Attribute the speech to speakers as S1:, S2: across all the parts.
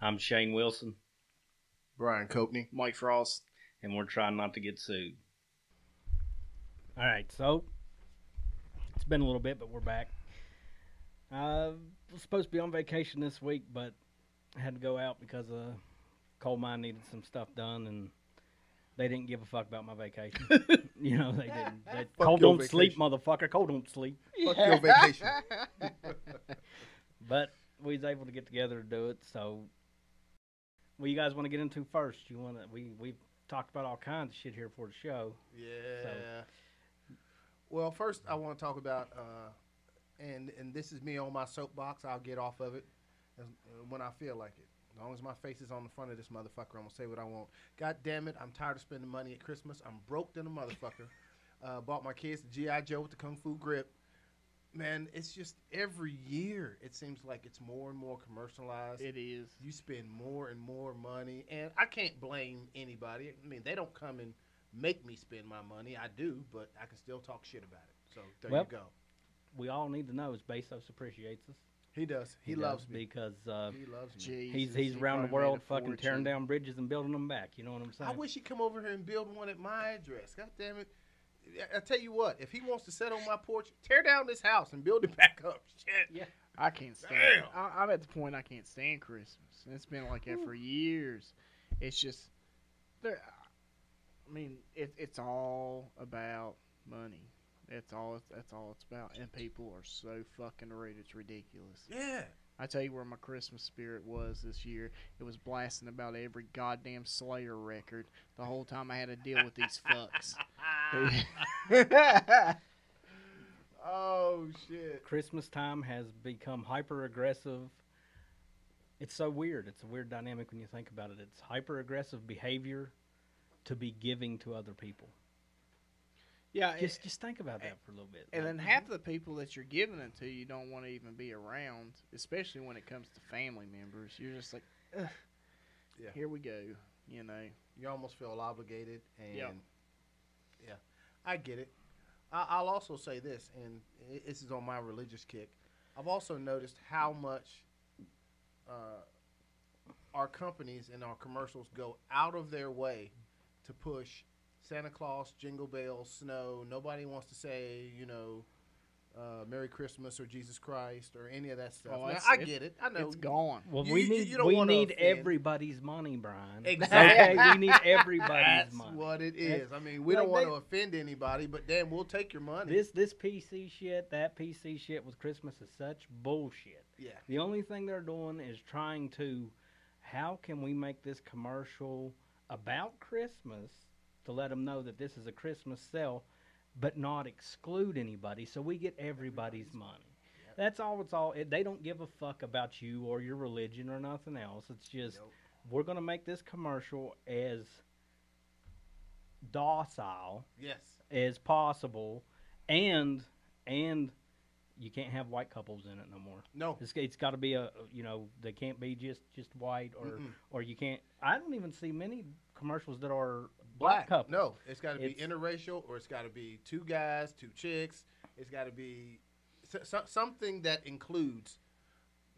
S1: I'm Shane Wilson,
S2: Brian Copney, Mike Frost.
S1: and we're trying not to get sued.
S3: All right, so it's been a little bit, but we're back. I was supposed to be on vacation this week, but I had to go out because uh, coal mine needed some stuff done, and they didn't give a fuck about my vacation. you know, they didn't. They,
S2: Fuck
S3: coal
S2: your
S3: don't sleep,
S2: vacation.
S3: motherfucker. Coal don't sleep.
S2: Fuck your vacation.
S3: But we was able to get together to do it. So, what you guys want to get into first? You want to? We we talked about all kinds of shit here for the show.
S2: Yeah. Well, first I want to talk about, uh, and and this is me on my soapbox. I'll get off of it as, uh, when I feel like it. As long as my face is on the front of this motherfucker, I'm gonna say what I want. God damn it, I'm tired of spending money at Christmas. I'm broke than a motherfucker. uh, bought my kids the GI Joe with the Kung Fu grip. Man, it's just every year it seems like it's more and more commercialized.
S4: It is.
S2: you spend more and more money and i can't blame anybody i mean they don't come and make me spend my money i do but i can still talk shit about it so there
S3: Well-
S2: you go
S3: We all need to know is Bezos appreciates us.
S2: he does he,
S3: does
S2: loves me
S3: because uh,
S2: he loves me
S3: he's he's around the world fucking tearing down bridges and building them back. You know what I'm saying?
S2: i wish he'd come over here and build one at my address god damn it I- I tell you what, if he wants to sit on my porch, tear down this house and build it back up. Shit.
S3: Yeah.
S4: I can't stand.
S2: Damn.
S4: I, I'm at the point I can't stand Christmas. And it's been like that for years. It's just, there. I mean, it, it's all about money. That's all. That's all it's about. And people are so fucking rude. It's ridiculous.
S2: Yeah.
S4: I tell you where my Christmas spirit was this year. It was blasting about every goddamn Slayer record the whole time I had to deal with these fucks.
S2: Ah. Oh, shit.
S3: Christmas time has become hyper aggressive. It's so weird. It's a weird dynamic when you think about it. It's hyper aggressive behavior to be giving to other people.
S4: yeah, it-
S3: Just just think about that for a little bit.
S4: and
S3: Like,
S4: then
S2: Mm-hmm.
S4: half of the people that you're giving it to, you don't want to even be around, especially when it comes to family members. You're just like, Ugh,
S2: Yeah.
S4: here we go. You know,
S2: you almost feel obligated and
S4: Yeah.
S2: yeah, i get it I, i'll also say this and i- this is on my religious kick i've also noticed how much uh, our companies and our commercials go out of their way to push santa claus jingle bells snow nobody wants to say you know uh, Merry Christmas or Jesus Christ or any of that stuff.
S4: Oh,
S2: Now,
S4: it's-
S2: I
S4: it-
S2: get it. I know.
S4: it's gone.
S3: well,
S2: you-
S3: we
S2: you-
S3: need
S2: you don't
S3: we
S2: wanna
S3: need
S2: offend.
S3: everybody's money, Brian. It's
S2: Exactly.
S3: Okay, we need everybody's
S2: That's
S3: money.
S2: what it
S3: That's-
S2: is. I mean, we
S3: like
S2: don't want
S3: they-
S2: to offend anybody, but damn, we'll take your money.
S3: This this PC shit, that PC shit with Christmas is such bullshit.
S2: yeah.
S3: The only thing they're doing is trying to, how can we make this commercial about Christmas to let them know that this is a Christmas sale, but not exclude anybody so we get everybody's money.
S2: Yep.
S3: That's all it's all. It, they don't give a fuck about you or your religion or nothing else. It's just
S2: Nope.
S3: we're going to make this commercial as docile
S2: Yes.
S3: as possible and and you can't have white couples in it no more.
S2: No.
S3: It's, it's got to be a you know they can't be just just white or
S2: Mm-mm.
S3: or you can't. I don't even see many commercials that are black,
S2: Black.
S3: couples.
S2: No, it's got to be
S3: It's-
S2: interracial, or it's got to be two guys, two chicks. It's got to be so, so, something that includes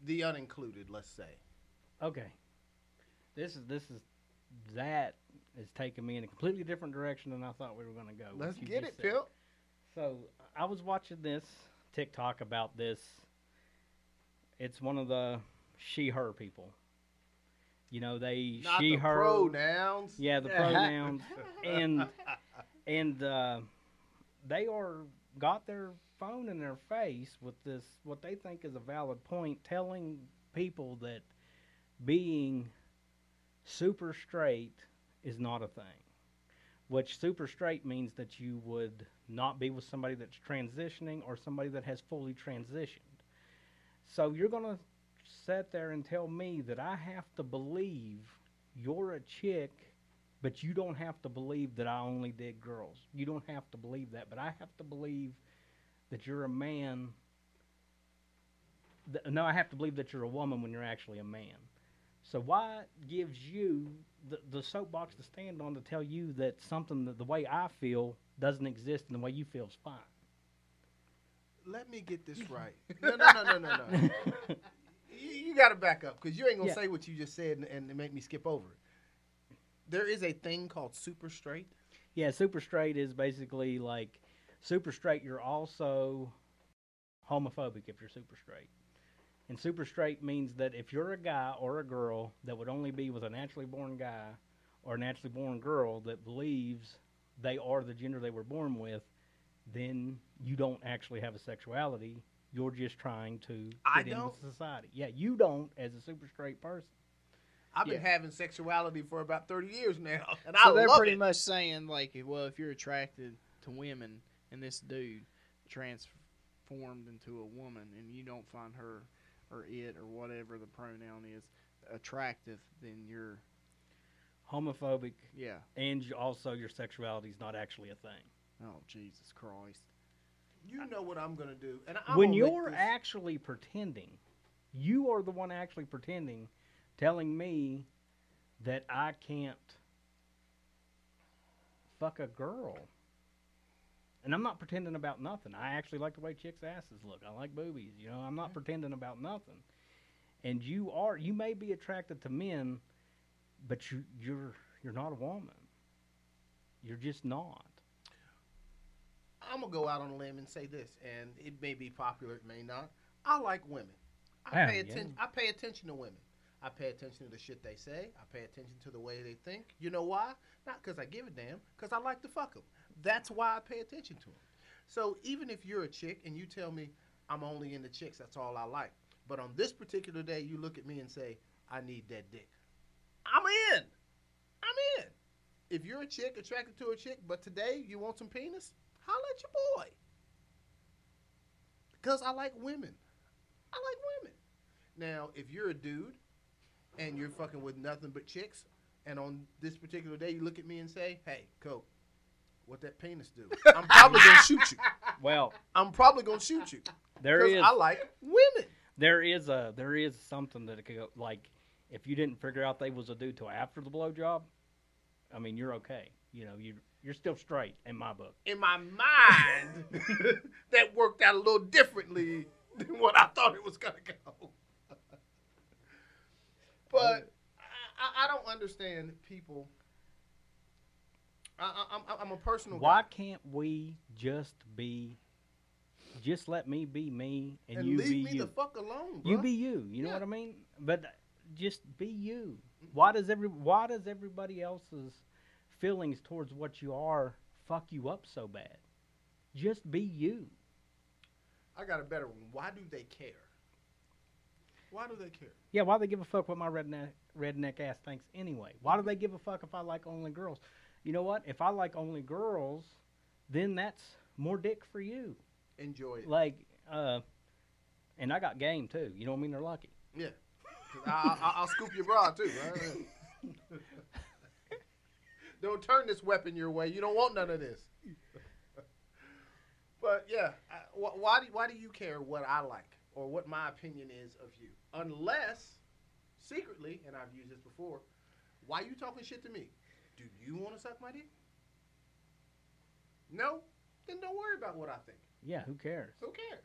S2: the unincluded. Let's say.
S3: Okay. This is this is that is taking me in a completely different direction than I thought we were going to go. what
S2: Let's
S3: you
S2: get
S3: just
S2: it,
S3: said.
S2: Pimp.
S3: So I was watching this TikTok about this. It's one of the she/her people. You know they
S2: Not the
S3: she/her.
S2: pronouns.
S3: Yeah, the pronouns and and uh, they are got their phone in their face with this what they think is a valid point, telling people that being super straight is not a thing. Which super straight means that you would not be with somebody that's transitioning or somebody that has fully transitioned. So you're gonna sit there and tell me that I have to believe you're a chick, but you don't have to believe that I only did girls. You don't have to believe that, but I have to believe that you're a man. Th- no, I have to believe that you're a woman when you're actually a man. So why gives you the, the soapbox to stand on to tell you that something that the way I feel doesn't exist and the way you feel is fine?
S2: Let me get this right. No, no, no, no, no, no. you, you you got to back up because you ain't gonna
S3: Yeah.
S2: say what you just said and, and make me skip over it. There is a thing called super straight.
S3: Yeah, super straight is basically like super straight. You're also homophobic if you're super straight. And super straight means that if you're a guy or a girl that would only be with a naturally born guy or a naturally born girl that believes they are the gender they were born with, then you don't actually have a sexuality. You're just trying to fit
S2: I
S3: in
S2: don't.
S3: with society. Yeah, you don't as a super straight person.
S2: I've been
S4: Yeah.
S2: having sexuality for about thirty years now, and
S4: So
S2: I
S4: they're
S2: love
S4: pretty
S2: it.
S4: much saying like, well, if you're attracted to women and this dude transformed into a woman and you don't find her or it or whatever the pronoun is attractive, then you're
S3: Homophobic,
S4: yeah.
S3: and you also your sexuality is not actually a thing.
S4: Oh Jesus Christ!
S2: you know what I'm gonna do, and I- I'm
S3: when
S2: gonna make
S3: you're
S2: this-
S3: actually pretending, you are the one actually pretending, telling me that I can't fuck a girl. And I'm not pretending about nothing. I actually like the way chicks' asses look. I like boobies. You know, I'm not pretending about nothing. And you are you may be attracted to men, but you you're you're not a woman. You're just not.
S2: I'm gonna go out on a limb and say this, and it may be popular, it may not. I like women. I
S3: Yeah,
S2: pay
S3: yeah.
S2: attention. I pay attention to women. I pay attention to the shit they say. I pay attention to the way they think. You know why? Not because I give a damn. Because I like to fuck them. That's why I pay attention to them. So even if you're a chick and you tell me I'm only into chicks, that's all I like. But on this particular day, you look at me and say I need that dick. I'm in. I'm in. If you're a chick attracted to a chick, but today you want some penis, holla at your boy. Because I like women. I like women. Now, if you're a dude and you're fucking with nothing but chicks, and on this particular day you look at me and say, hey, Coke, what that penis do? I'm probably going to shoot you.
S3: Well,
S2: I'm probably going to shoot you.
S3: there
S2: Because
S3: is
S2: I like women.
S3: there is a there is something that it could go, like if you didn't figure out they was a dude till after the blowjob, I mean you're okay. You know you you're still straight in my book.
S2: In my mind, that worked out a little differently than what I thought it was going to go. but I, I, I don't understand people. I, I, I'm, I'm a personal
S3: Why
S2: guy.
S3: can't we just be? Just let me be me and,
S2: And,
S3: you
S2: leave
S3: be
S2: me
S3: you.
S2: the fuck alone,
S3: you
S2: bruh.
S3: be you. You know
S2: Yeah.
S3: what I mean? But just be you. Why does every Why does everybody else's feelings towards what you are fuck you up so bad? Just be you.
S2: I got a better one. Why do they care? Why do they care?
S3: Yeah, why they give a fuck what my redneck redneck ass thinks anyway? Why do they give a fuck if I like only girls? You know what? If I like only girls, then that's more dick for you.
S2: Enjoy it.
S3: Like, uh, and I got game too. You know what I mean? They're lucky.
S2: 'Cause I, I, I'll scoop your bra too. bruh. don't turn this weapon your way. You don't want none of this. but yeah, I, wh- why do why do you care what I like or what my opinion is of you? Unless secretly, and I've used this before, why you talking shit to me? Do you want to suck my dick? No, then don't worry about what I think.
S3: Yeah, who cares?
S2: Who cares?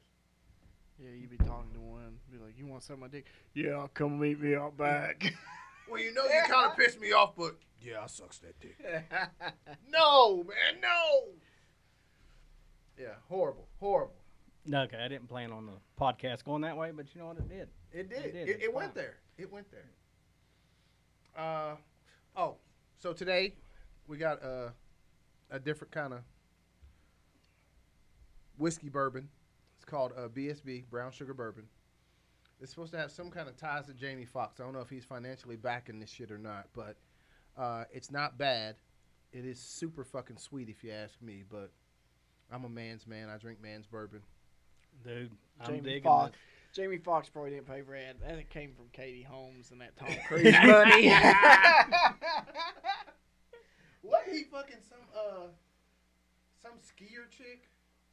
S4: Yeah, you be talking to one, be like, you want some my dick? Yeah, come meet me out back.
S2: Well, you know, you kind of pissed me off, but yeah, I sucks that dick. no, man, no. Yeah, horrible, horrible.
S3: No, okay, I didn't plan on the podcast going that way, but you know what it did.
S2: It did.
S3: It
S2: It,
S3: did,
S2: it,
S3: it's
S2: went
S3: fine.
S2: there. It went there. Uh, oh, so today we got uh, a different kind of whiskey bourbon. It's called uh, BSB, Brown Sugar Bourbon. It's supposed to have some kind of ties to Jamie Foxx. I don't know if he's financially backing this shit or not, but uh, it's not bad. It is super fucking sweet if you ask me, but I'm a man's man. I drink man's bourbon.
S3: Dude, I'm
S4: Jamie
S3: digging
S4: Foxx.
S3: this.
S4: Jamie Foxx probably didn't pay for that. That came from Katie Holmes and that Tom Cruise money.
S2: What he fucking some uh some skier chick?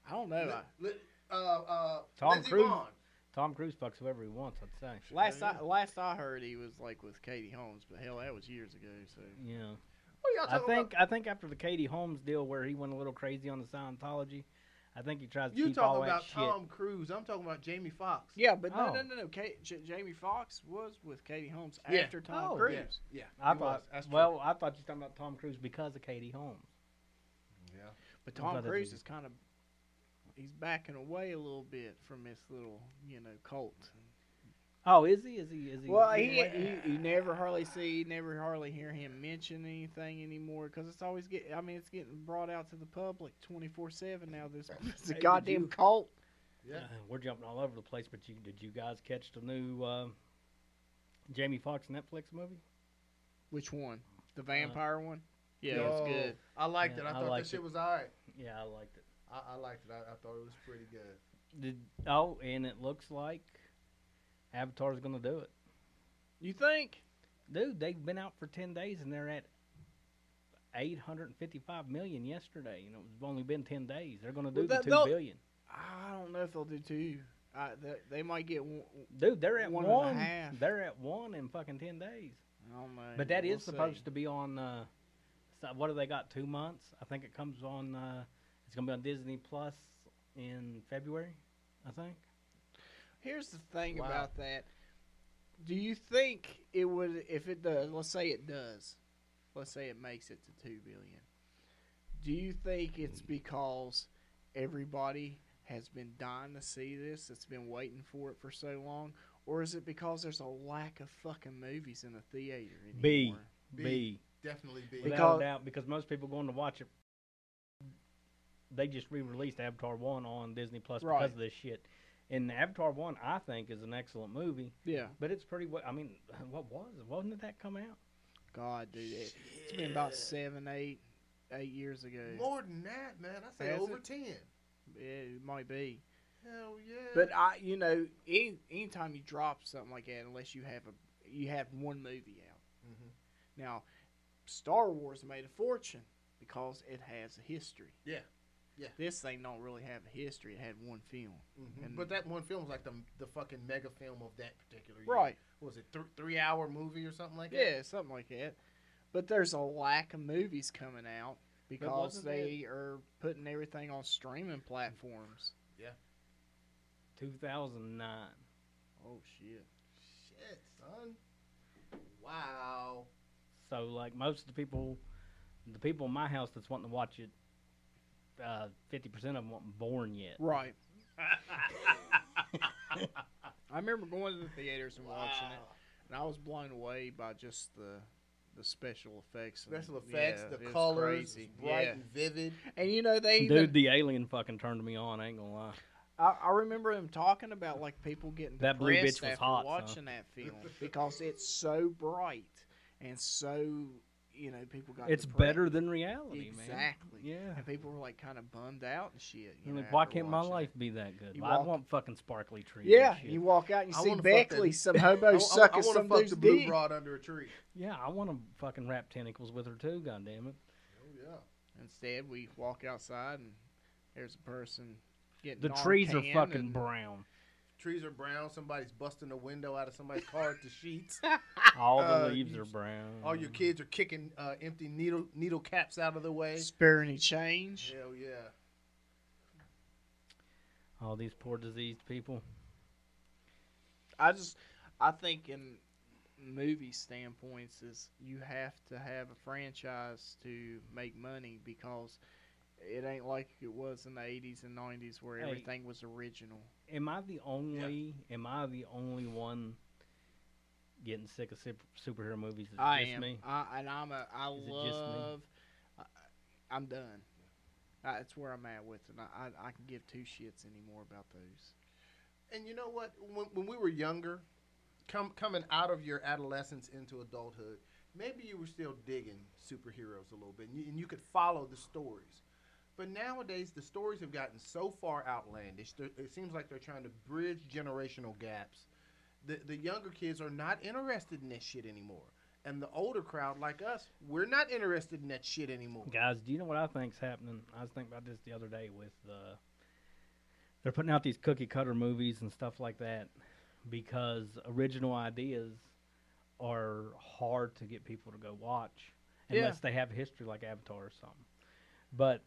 S4: I don't know. I-
S2: Li- li- uh, uh,
S3: Tom
S2: Lindsey
S3: Cruise.
S2: Vonn.
S3: Tom Cruise fucks whoever he wants, I'd say.
S4: Last
S2: Yeah.
S4: I last I heard, he was like with Katie Holmes, but hell, that was years ago. So
S3: Yeah.
S2: What y'all
S3: I
S2: talking
S3: think I think after the Katie Holmes deal where he went a little crazy on the Scientology, I think he tries to
S2: You
S3: keep all
S2: talking
S3: that
S2: about
S3: shit.
S2: Tom Cruise? I'm talking about Jamie Foxx.
S4: Yeah, but no,
S3: Oh.
S4: no, no, no. Kate, J- Jamie Foxx was with Katie Holmes
S2: Yeah.
S4: after Tom
S3: Oh,
S4: Cruise.
S2: yeah, yeah.
S3: I
S2: he
S3: thought.
S2: was. That's true.
S3: well, I thought you were talking about Tom Cruise because of Katie Holmes.
S2: yeah.
S4: But
S3: I
S4: Tom
S3: thought that
S4: Cruise
S3: was-
S4: is kind of he's backing away a little bit from this little, you know, cult.
S3: Oh, is he? Is he? Is he?
S4: Well,
S3: is
S4: he,
S3: waiting?
S4: he you never hardly see, you never hardly hear him mention anything anymore because it's always get. I mean, it's getting brought out to the public twenty four seven now. This it's a
S3: Hey, would
S4: goddamn
S3: you-
S4: cult.
S2: Yeah.
S3: Uh, we're jumping all over the place, but you did you guys catch the new uh, Jamie Foxx Netflix movie?
S4: Which one? The vampire one? Yeah,
S2: Yo,
S4: it's good.
S2: Oh, I liked
S3: Yeah,
S2: it. I,
S3: I
S2: thought
S3: liked
S2: that shit
S3: it.
S2: was all right.
S3: Yeah, I liked it.
S2: I, I liked it. I, I thought it was pretty good.
S3: Did, oh, and it looks like Avatar's gonna do it.
S4: You think?
S3: Dude, they've been out for ten days and they're at eight hundred and fifty-five million yesterday, and it's only been ten days. They're gonna do
S4: Well,
S3: the
S4: that-
S3: two
S4: they'll-
S3: billion.
S4: I don't know if they'll do two. I, they, they might get one.
S3: Dude, they're at
S4: One
S3: one.
S4: and a half.
S3: They're at one in fucking ten days.
S4: I don't know.
S3: But that is
S4: We'll
S3: supposed
S4: see.
S3: to be on. Uh, so- what do they got? Two months? I think it comes on. Uh, it's gonna be on Disney Plus in February, I think.
S4: Here's the thing
S2: Wow.
S4: about that. Do you think it would if it does? Let's say it does. Let's say it makes it to two billion. Do you think it's
S2: Hmm.
S4: because everybody has been dying to see this? That's been waiting for it for so long, or is it because there's a lack of fucking movies in the theater anymore?
S3: B.
S2: B.
S3: B.
S2: Definitely be.
S4: Because-
S3: Without a doubt, because most people going to watch it. They just re-released Avatar One on Disney Plus
S4: Right.
S3: because of this shit. And Avatar One, I think, is an excellent movie,
S4: Yeah.
S3: but it's pretty. wa- I mean, what was it? Wasn't it that come out?
S4: God, dude, it, it's been about seven, eight, eight years ago.
S2: More than that, man. I say
S4: Has
S2: over
S4: it?
S2: ten.
S4: Yeah, it might be.
S2: Hell yeah.
S4: But I, you know, any anytime you drop something like that, unless you have a you have one movie out.
S2: Mhm.
S4: Now, Star Wars made a fortune because it has a history.
S2: Yeah. Yeah.
S4: This thing don't really have a history. It had one film.
S2: Mhm.
S4: and-
S2: but that one film was like the the fucking mega film of that particular year.
S4: Right.
S2: What was it th- three hour movie or something like that?
S4: Yeah, something like that. But there's a lack of movies coming out because
S3: wasn't
S4: they are putting everything on streaming platforms.
S3: Two thousand nine.
S4: Oh shit.
S2: Shit, son. Wow.
S3: So like most of the people, the people in my house that's wanting to watch it, uh, fifty percent of them weren't born yet.
S4: Right. I remember going to the theaters and watching it. And I was blown away by just the the special effects. and-
S2: Special effects,
S4: yeah,
S2: the
S4: it's
S2: colors,
S4: crazy.
S2: it's bright
S4: Yeah.
S2: and vivid.
S4: And you know they even,
S3: Dude, the alien fucking turned me on. I ain't gonna lie.
S4: I, I remember them talking about like people getting
S3: That blue
S4: depressed
S3: bitch was
S4: after
S3: hot, son.
S4: watching that film because it's so bright and so you know people got
S3: It's
S4: depressed.
S3: better than reality, man.
S4: exactly.
S3: Yeah.
S4: And people were like kind of bummed out and shit. You
S3: I'm
S4: know,
S3: like, why
S4: after
S3: can't my
S4: watching it.
S3: life be that good?
S4: You
S3: Well, I
S4: walk-
S3: want fucking sparkly trees.
S4: Yeah,
S3: and shit.
S4: you walk out and you
S2: I
S4: see
S2: wanna fuck that-
S4: Beckley, some
S2: I,
S4: hobo
S2: I,
S4: sucking
S2: I wanna
S4: some
S2: fuck
S4: dude's
S2: the blue
S4: dick.
S2: broad under a tree.
S3: yeah. I want to fucking wrap tentacles with her too. God damn it.
S2: Oh yeah.
S4: Instead, we walk outside and there's a person getting
S3: The
S4: all
S3: trees are
S4: tan
S3: fucking
S4: and-
S3: brown.
S2: Trees are brown. Somebody's busting the window out of somebody's car to sheets.
S3: All the
S2: Uh,
S3: leaves
S2: you-
S3: are brown.
S2: All your kids are kicking uh, empty needle needle caps out of the way.
S4: Spare any change?
S2: Hell yeah.
S3: All these poor diseased people.
S4: I just, I think in movie standpoints is you have to have a franchise to make money because it ain't like it was in the 80s and 90s where
S3: Hey.
S4: everything was original.
S3: Am I the only? Am I the only one getting sick of super, superhero movies? Is it
S4: I
S3: just
S4: am.
S3: me?
S4: I and I'm a. I
S3: Is it just me?
S4: love. I, I'm done. I, that's where I'm at with it. I, I I can give two shits anymore about those.
S2: And you know what? When, when we were younger, come coming out of your adolescence into adulthood, maybe you were still digging superheroes a little bit, and you, and you could follow the stories. But nowadays, the stories have gotten so far outlandish. they're- It seems like they're trying to bridge generational gaps. The the younger kids are not interested in that shit anymore, and the older crowd, like us, we're not interested in that shit anymore.
S3: Guys, do you know what I think's happening? I was thinking about this the other day with uh, they're putting out these cookie cutter movies and stuff like that because original ideas are hard to get people to go watch
S4: Yeah.
S3: unless they have history like Avatar or something. But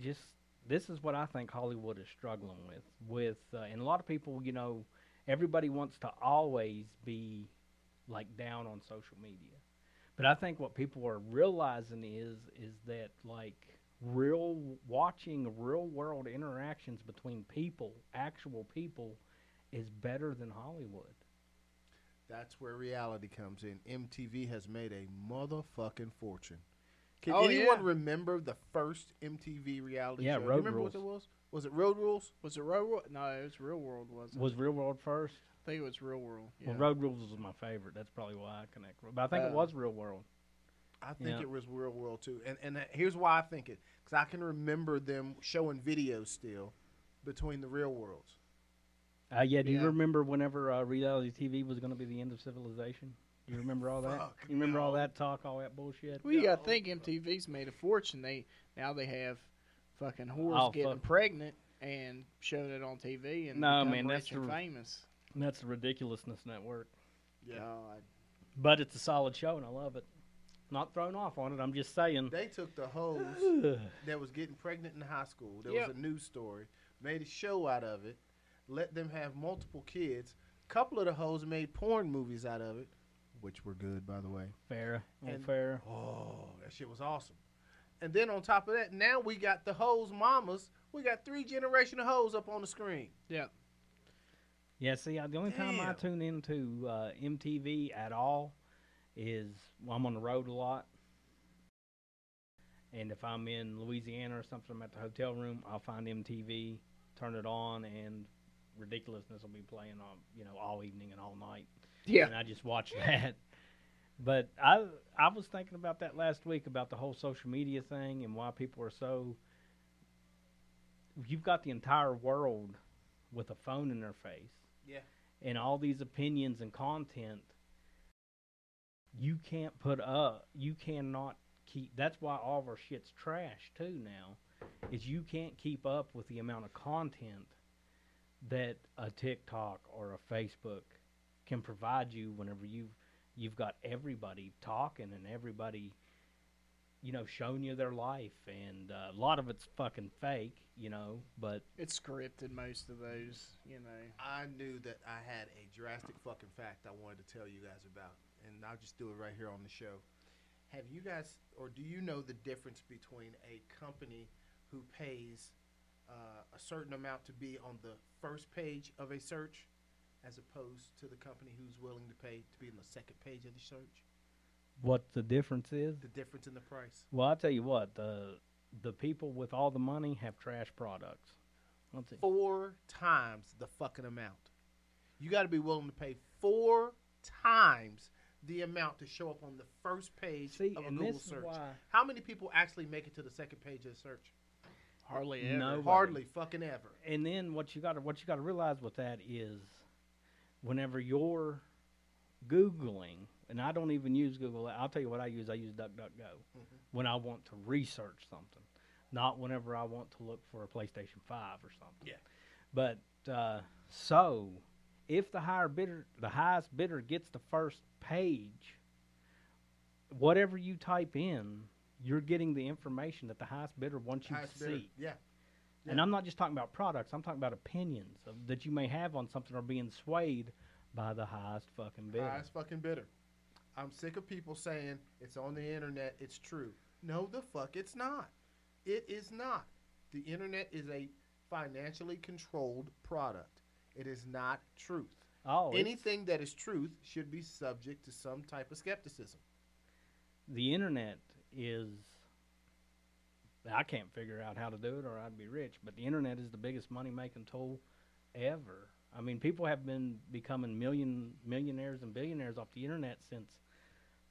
S3: just this is what I think Hollywood is struggling with. With uh, and a lot of people, you know, everybody wants to always be like down on social media, but I think what people are realizing is is that like real watching real world interactions between people, actual people, is better than Hollywood.
S2: That's where reality comes in. MTV has made a motherfucking fortune. Can
S4: Oh,
S2: anyone
S4: yeah.
S2: remember the first MTV reality
S3: Yeah,
S2: show?
S3: Road
S2: you remember what it was? Was it Road Rules?
S4: Was it Real World? No, it was Real World, wasn't
S3: Was
S4: it?
S3: Real World first?
S4: I think it was Real World. Yeah.
S3: Well, Road Rules was my favorite. That's probably why I connect. with- But I think it
S4: Uh,
S3: was Real World.
S2: I think
S3: Yeah.
S2: it was Real World too. And and that- here's why I think it, because I can remember them showing videos still between the real worlds.
S3: Uh, yeah. Do you
S4: Yeah.
S3: remember whenever uh, reality TV was going to be the end of civilization? Do you remember all that?
S2: Fuck,
S3: you remember all
S2: no.
S3: that talk, all that bullshit?
S4: Well, you got
S2: No.
S4: to think MTV's made a fortune. They now they have fucking whores
S3: Oh,
S4: getting
S3: fuck.
S4: pregnant and showing it on TV and
S3: No,
S4: become
S3: man,
S4: rich
S3: that's
S4: and
S3: the-
S4: famous.
S3: And that's the ridiculousness network.
S2: Yeah.
S4: God.
S3: But it's a solid show, and I love it. Not thrown off on it. I'm just saying.
S2: They took the hoes
S3: Ugh.
S2: that was getting pregnant in high school. There
S4: Yep.
S2: was a news story, made a show out of it, let them have multiple kids. couple of the hoes made porn movies out of it, which were good, by the way.
S3: Farrah, old
S2: And-
S3: Farrah.
S2: Oh, that shit was awesome. And then on top of that, now we got the hoes mamas. We got three generation of hoes up on the screen.
S3: Yeah, see, I, the only time I
S2: Damn.
S3: tune into uh, MTV at all is well, I'm on the road a lot. And if I'm in Louisiana or something, I'm at the hotel room, I'll find MTV, turn it on, and ridiculousness will be playing on, you know, all evening and all night.
S4: Yeah.
S3: And I just watch that. But I I was thinking about that last week about the whole social media thing and why people are so. You've got the entire world with a phone in their face.
S2: Yeah.
S3: And all these opinions and content. You can't put up. You cannot keep. That's why all of our shit's trash too now, is you can't keep up with the amount of content that a TikTok or a Facebook can provide you whenever you you've got everybody talking and everybody you know showing you their life and uh, a lot of it's fucking fake you know but
S4: It's scripted most of those, you know.
S2: I knew that I had a drastic fucking fact I wanted to tell you guys about, and I'll just do it right here on the show. Have you guys, or do you know the difference between a company who pays uh, a certain amount to be on the first page of a search, as opposed to the company who's willing to pay to be on the second page of the search?
S3: what the difference is
S2: The difference in the price.
S3: well i tell you what the the people with all the money have trash products let's see
S2: four times the fucking amount. You got to be willing to pay four times the amount to show up on the first page
S3: See,
S2: of a
S3: and
S2: Google
S3: this is
S2: search.
S3: why-
S2: How many people actually make it to the second page of the search?
S4: Hardly ever.
S3: No. Nobody.
S2: Hardly fucking ever.
S3: and then what you got to what you got to realize with that is whenever you're googling and i don't even use google i'll tell you what i use i use duckduckgo
S2: Mm-hmm.
S3: when i want to research something not whenever i want to look for a playstation 5 or something
S2: Yeah.
S3: but uh, so if the higher bidder the highest bidder gets the first page whatever you type in you're getting the information that the highest bidder wants you
S2: Highest
S3: to
S2: bidder.
S3: see
S2: Yeah.
S3: and
S2: Yeah.
S3: I'm not just talking about products. I'm talking about opinions of, that you may have on something or being swayed by the highest fucking bidder.
S2: Highest fucking bidder. I'm sick of people saying it's on the internet, it's true. No, the fuck, it's not. It is not. The internet is a financially controlled product, it is not truth.
S3: Oh, it's-
S2: Anything that is truth should be subject to some type of skepticism.
S3: the internet is. I can't figure out how to do it, or I'd be rich. But the internet is the biggest money making tool ever. I mean, people have been becoming million millionaires and billionaires off the internet since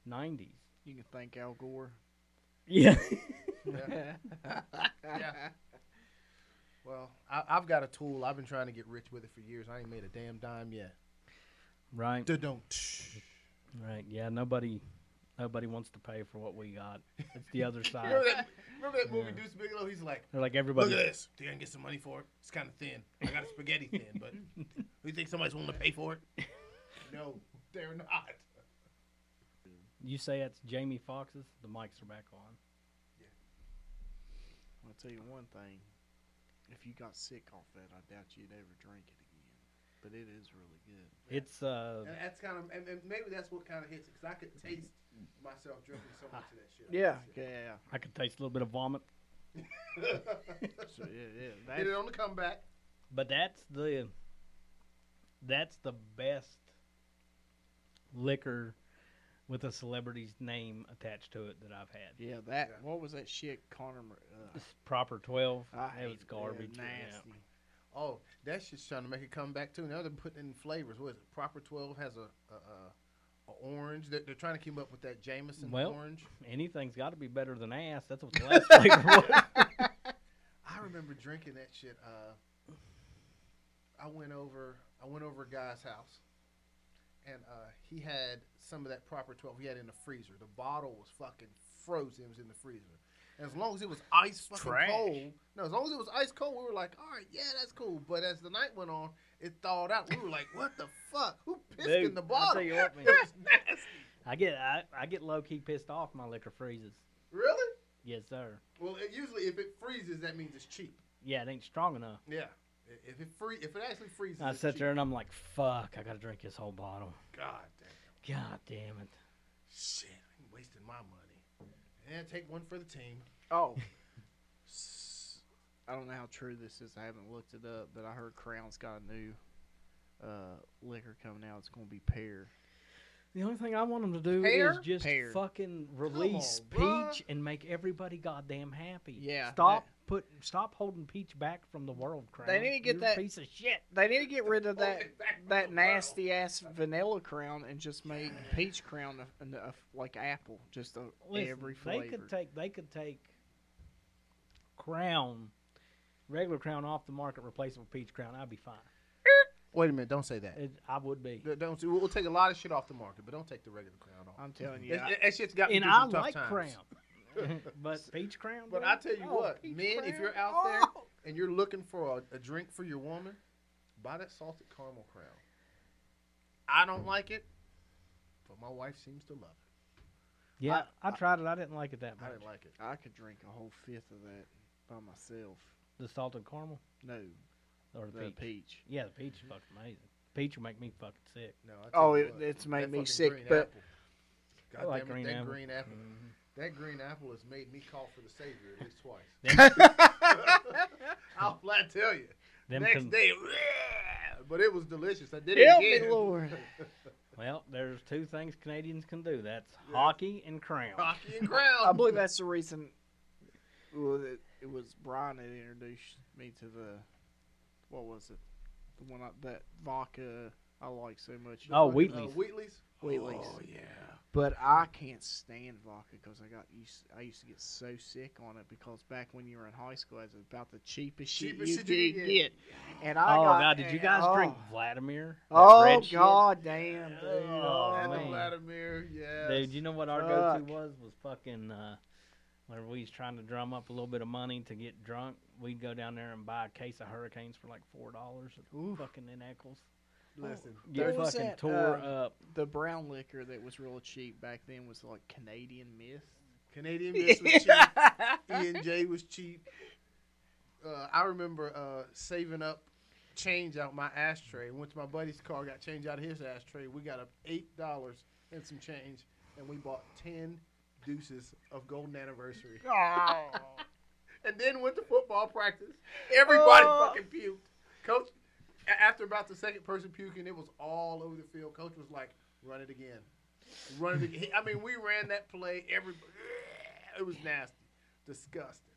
S3: '90s.
S4: You can thank Al Gore.
S3: Yeah.
S2: Yeah. Well, I, I've got a tool. I've been trying to get rich with it for years. I ain't made a damn dime yet.
S3: right.
S2: Don't.
S3: Right. Yeah. Nobody. Nobody wants to pay for what we got. It's the other side.
S2: Remember that, remember that movie
S3: Yeah.
S2: Deuce Bigelow? He's like,
S3: They're like everybody.
S2: look at this. Think I can get some money for it? It's kind of thin. I got a spaghetti thin, but you think somebody's willing to pay for it? No, they're not.
S3: You say it's Jamie Foxx's? The mics are back on.
S4: I'll tell you one thing. If you got sick off that, I doubt you'd ever drink it again. But it is really good.
S3: It's uh,
S2: And that's kind of, and, and maybe that's what kind of hits it, because I could taste myself drinking so much of that shit.
S4: Yeah, yeah,
S3: I could taste a little bit of vomit,
S4: yeah. So, yeah, yeah.
S2: Hit it
S4: That's,
S2: on the comeback.
S3: but that's the that's the best liquor with a celebrity's name attached to it that I've had.
S4: yeah, that.
S2: Yeah.
S4: What was that shit, Connor? Mur- Uh,
S3: It's proper twelve.
S4: I
S3: it
S4: hate
S3: was garbage.
S4: Yeah,
S3: yeah.
S4: nasty.
S2: Oh, that shit's trying to make it come back too. Now they're putting in flavors. What is it? Proper Twelve has a a, a, a orange. They're, they're trying to keep up with that Jameson
S3: Well.
S2: orange.
S3: Anything's got to be better than ass. That's what the last flavor was.
S2: I remember drinking that shit. Uh, I went over. I went over a guy's house, and uh, he had some of that proper twelve. He had in the freezer. The bottle was fucking frozen. It was in the freezer. And as long as it was ice fucking
S4: Trash.
S2: cold, no, as long as it was ice cold, we were like, all right, yeah, that's cool. But as the night went on, it thawed out. We were like, what the fuck? Who pissed in
S3: Dude,
S2: the
S3: I'll
S2: bottle?
S3: tell you what, man.
S2: It was nasty.
S3: I get I, I get low key pissed off. My liquor freezes.
S2: Really?
S3: Yes, sir.
S2: Well, it, usually if it freezes, that means it's cheap.
S3: Yeah, it ain't strong enough.
S2: Yeah. I- If it free, if it actually freezes,
S3: I
S2: it's
S3: sit
S2: cheap.
S3: there and I'm like, fuck, I gotta drink this whole bottle.
S2: God damn.
S3: God damn it.
S2: Shit, I'm wasting my money. And take one for the team.
S4: Oh. I don't know how true this is. I haven't looked it up, but I heard Crown's got a new uh, liquor coming out. It's going to be pear.
S3: The only thing I want them to do
S2: Pear?
S3: is just
S4: Pear.
S3: fucking release
S2: on, bruh.
S3: Peach and make everybody goddamn happy.
S4: Yeah,
S3: Stop put stop holding Peach back from the world, Crown.
S4: They need to get
S3: You're a
S4: that-
S3: piece of shit.
S4: They need to get rid of that
S2: Hold it back from the
S4: that
S2: world.
S4: nasty ass vanilla crown and just make peach crown a, a, a- like apple, just a,
S3: Listen,
S4: every
S3: they
S4: flavor.
S3: could take they could take Crown, regular Crown off the market, replace it with Peach Crown. I'd be fine.
S2: Wait a minute, don't say that.
S3: It, I would be.
S2: D- Don't. We'll take a lot of shit off the market, but don't take the regular crown off.
S4: I'm telling you,
S2: That-
S4: I,
S2: that, shit's got me
S3: and
S2: through
S3: I
S2: some tough
S3: like
S2: times.
S3: Crown. but Peach Crown?
S2: But
S3: bro?
S2: I tell you
S3: Oh,
S2: what,
S3: Peach
S2: men,
S3: Crown.
S2: if you're out there
S4: Oh.
S2: and you're looking for a, a drink for your woman, buy that salted caramel crown. I don't like it, but my wife seems to love it.
S3: Yeah, I, tried it. I didn't like it that
S2: I
S3: much.
S2: didn't like it.
S4: I could drink a whole fifth of that by myself.
S3: the salted caramel
S4: No,
S3: or the,
S4: the
S3: peach.
S4: peach.
S3: Yeah, the peach is fucking amazing. Peach will make me fucking sick.
S2: No. I tell
S4: Oh,
S2: you
S4: it,
S2: what,
S4: it's
S2: that
S4: made me
S2: fucking
S4: sick,
S2: green
S4: but
S2: apple.
S3: I like
S2: Goddamn it,
S3: green
S2: that
S3: apple. Mm-hmm.
S2: green apple. That green apple has made me call for the savior at least twice. I'll flat tell you.
S3: Them
S2: Next
S3: con-
S2: day, "Bleh," but it was delicious. I did it
S4: help me,
S2: again.
S4: Lord.
S3: Well, there's two things Canadians can do. That's
S2: Yeah.
S3: hockey and crown.
S2: Rocky and
S4: I
S3: Oh.
S2: Crown.
S4: believe that's the reason. Well, it, it was Brian that introduced me to the, what was it, the one I, that vodka I like so much.
S3: Oh,
S2: Fucking,
S3: Wheatley's.
S2: Uh, Wheatley's.
S4: Wheatley's.
S2: Oh yeah.
S4: But I can't stand vodka because I got used. I used to get so sick on it because back when you were in high school, it was about the cheapest,
S2: Cheapest
S4: shit you could get. And I
S3: oh
S4: got,
S3: God, did you
S4: and-
S3: guys
S4: oh.
S3: drink Vladimir? That
S4: Oh
S3: red shit?
S4: God, damn, dude.
S3: Oh,
S2: and the
S3: man.
S2: Vladimir. Yeah.
S3: Dude, you know what our
S4: Fuck.
S3: go-to was? Was fucking uh, whenever we was trying to drum up a little bit of money to get drunk, we'd go down there and buy a case of hurricanes for like four dollars.
S4: Oof.
S3: Fucking in Eccles.
S2: Listen.
S3: Get
S4: What was
S3: fucking
S4: that,
S3: tore
S4: um,
S3: up.
S4: The brown liquor that was real cheap back then was like Canadian Mist.
S2: Canadian Mist was cheap. E and J was cheap. Uh, I remember uh, saving up change out my ashtray. Went to my buddy's car, got change out of his ashtray. We got up eight dollars and some change, and we bought ten deuces of golden anniversary. and then went to football practice. Everybody
S4: Oh.
S2: fucking puked. Coach, a- after about the second person puking, it was all over the field. Coach was like, "Run it again, run it again." I mean, we ran that play. Every it was nasty, disgusting.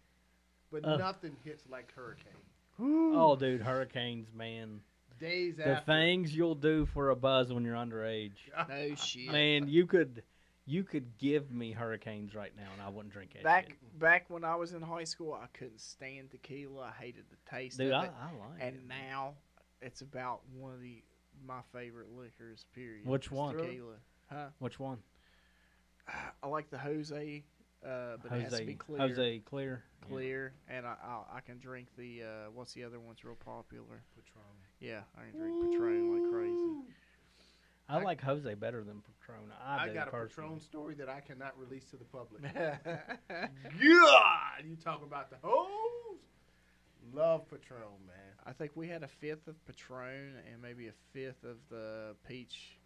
S2: But
S3: Ugh.
S2: nothing hits like hurricane.
S3: Oh, dude, hurricanes, man.
S2: Days
S3: The
S2: after,
S3: things you'll do for a buzz when you're underage.
S4: No shit.
S3: Man, you could, you could give me hurricanes right now, and I wouldn't drink it.
S4: back back when I was in high school, I couldn't stand tequila. I hated the taste
S3: dude,
S4: of
S3: I,
S4: it.
S3: I like it.
S4: And now it's about one of the my favorite liquors. Period.
S3: Which
S4: It's
S3: one?
S4: Tequila. Huh?
S3: Which one?
S4: I like the Jose, uh, but it has to be
S3: Jose,
S4: clear.
S3: Jose, clear, Yeah.
S4: Clear, and I, I I can drink the uh, what's the other one's real popular? Yeah, I can drink Patron like crazy.
S3: I,
S2: I-
S3: like Jose better than Patron. I,
S2: I
S3: do
S2: got a
S3: personally.
S2: Patron story that I cannot release to the public. God, you talking about the hoes? Love Patron, man.
S4: I think we had a fifth of Patron and maybe a fifth of the peach.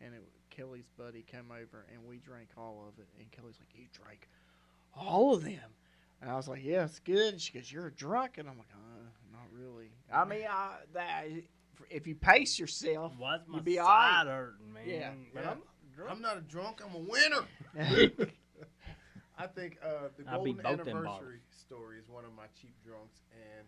S4: And it, Kelly's buddy came over and we drank all of it. And Kelly's like, "You drank all of them?" And I was like, "Yeah, it's good." And she goes, "You're drunk," and I'm like, uh, "Not really. I mean, I, that if you pace yourself,
S3: Why's my
S4: You be all
S3: side hurting, man?
S4: Yeah,
S3: But
S2: yeah.
S3: I'm drunk.
S2: I'm not a drunk. I'm a winner. I think uh, the
S3: I'll be
S2: golden
S3: both them
S2: anniversary story is one of my cheap drunks, and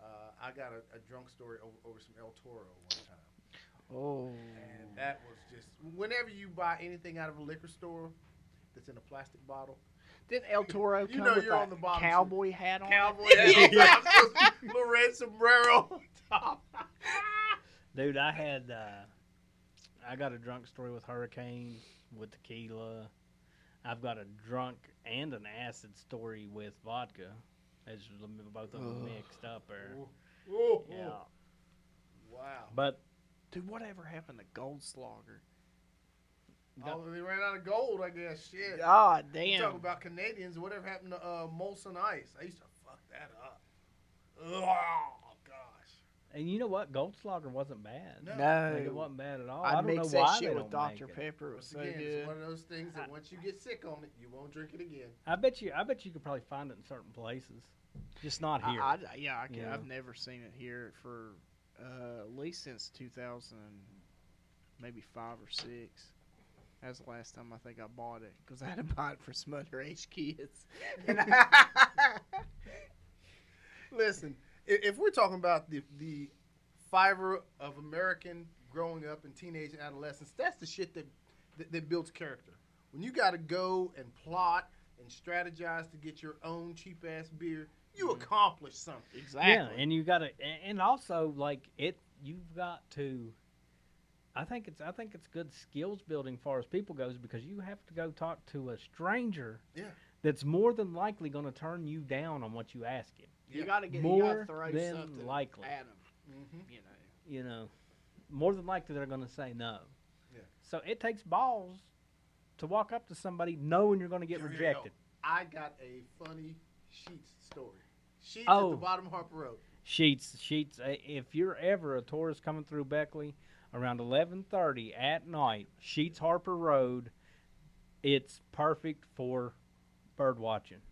S2: uh, I got a, a drunk story over, over some El Toro one time.
S4: oh,
S3: Mm.
S2: And that was just whenever you buy anything out of a liquor store that's in a plastic bottle.
S4: didn't El Toro
S2: You
S4: come
S2: know
S4: with
S2: you're
S4: a
S2: on the bottom
S4: cowboy hat on?
S2: Cowboy
S4: it?
S2: hat, little red sombrero on top.
S3: Dude, I had uh, I got a drunk story with hurricane, with tequila. I've got a drunk and an acid story with vodka. It's just both of them
S4: Ugh.
S3: mixed up there.
S2: Ooh, ooh,
S3: Yeah,
S2: Wow.
S3: but
S4: Dude, whatever happened to Gold Slogger?
S2: Oh, they ran out of gold, I guess. Shit.
S4: God
S2: You
S4: damn.
S2: talk about Canadians. Whatever happened to uh, Molson Ice? I used to fuck that up. Oh gosh.
S3: and you know what? Goldslager wasn't bad.
S2: No.
S3: Like, it
S4: no.
S3: wasn't bad at all. Oh, I,
S4: I'd
S3: don't know
S4: mix
S3: why
S4: that shit
S3: they
S4: with
S3: don't make
S4: Dr.
S3: it.
S4: Pepper. It
S2: Once
S4: was so
S2: again, it's
S4: good.
S2: one of those things that once you get sick on it, you won't drink it again.
S3: I bet you. I bet you could probably find it in certain places, just not
S4: I,
S3: here.
S4: I- yeah, I can,
S3: Yeah.
S4: I've never seen it here for uh, at least since 2000, maybe five or six. That was the last time I think I bought it because I had to buy it for some underage kids. And I-
S2: Listen, if, if we're talking about the the fiber of American growing up in teenage and adolescence, that's the shit that that, that builds character. When you got to go and plot and strategize to get your own cheap ass beer, you accomplish something.
S4: exactly.
S3: Yeah, and you got to, and also like it, you've got to. I think it's I think it's good skills building far as people goes because you have to go talk to a stranger.
S2: Yeah.
S3: That's more than likely going to turn you down on what you ask him.
S4: you got to get you gotta
S3: more
S4: throw
S3: than
S4: something
S3: likely.
S4: at 'em,
S2: Mm-hmm.
S4: You know,
S3: You know, more than likely they're going to say no.
S2: Yeah.
S3: So it takes balls to walk up to somebody knowing you're going to get
S2: Yo, yo, yo.
S3: rejected.
S2: I got a funny sheets story. Sheets at
S3: Oh.
S2: the bottom of Harper Road.
S3: Sheets, sheets. uh, If you're ever a tourist coming through Beckley, around 11:30 at night, Sheets Harper Road, it's perfect for bird watching.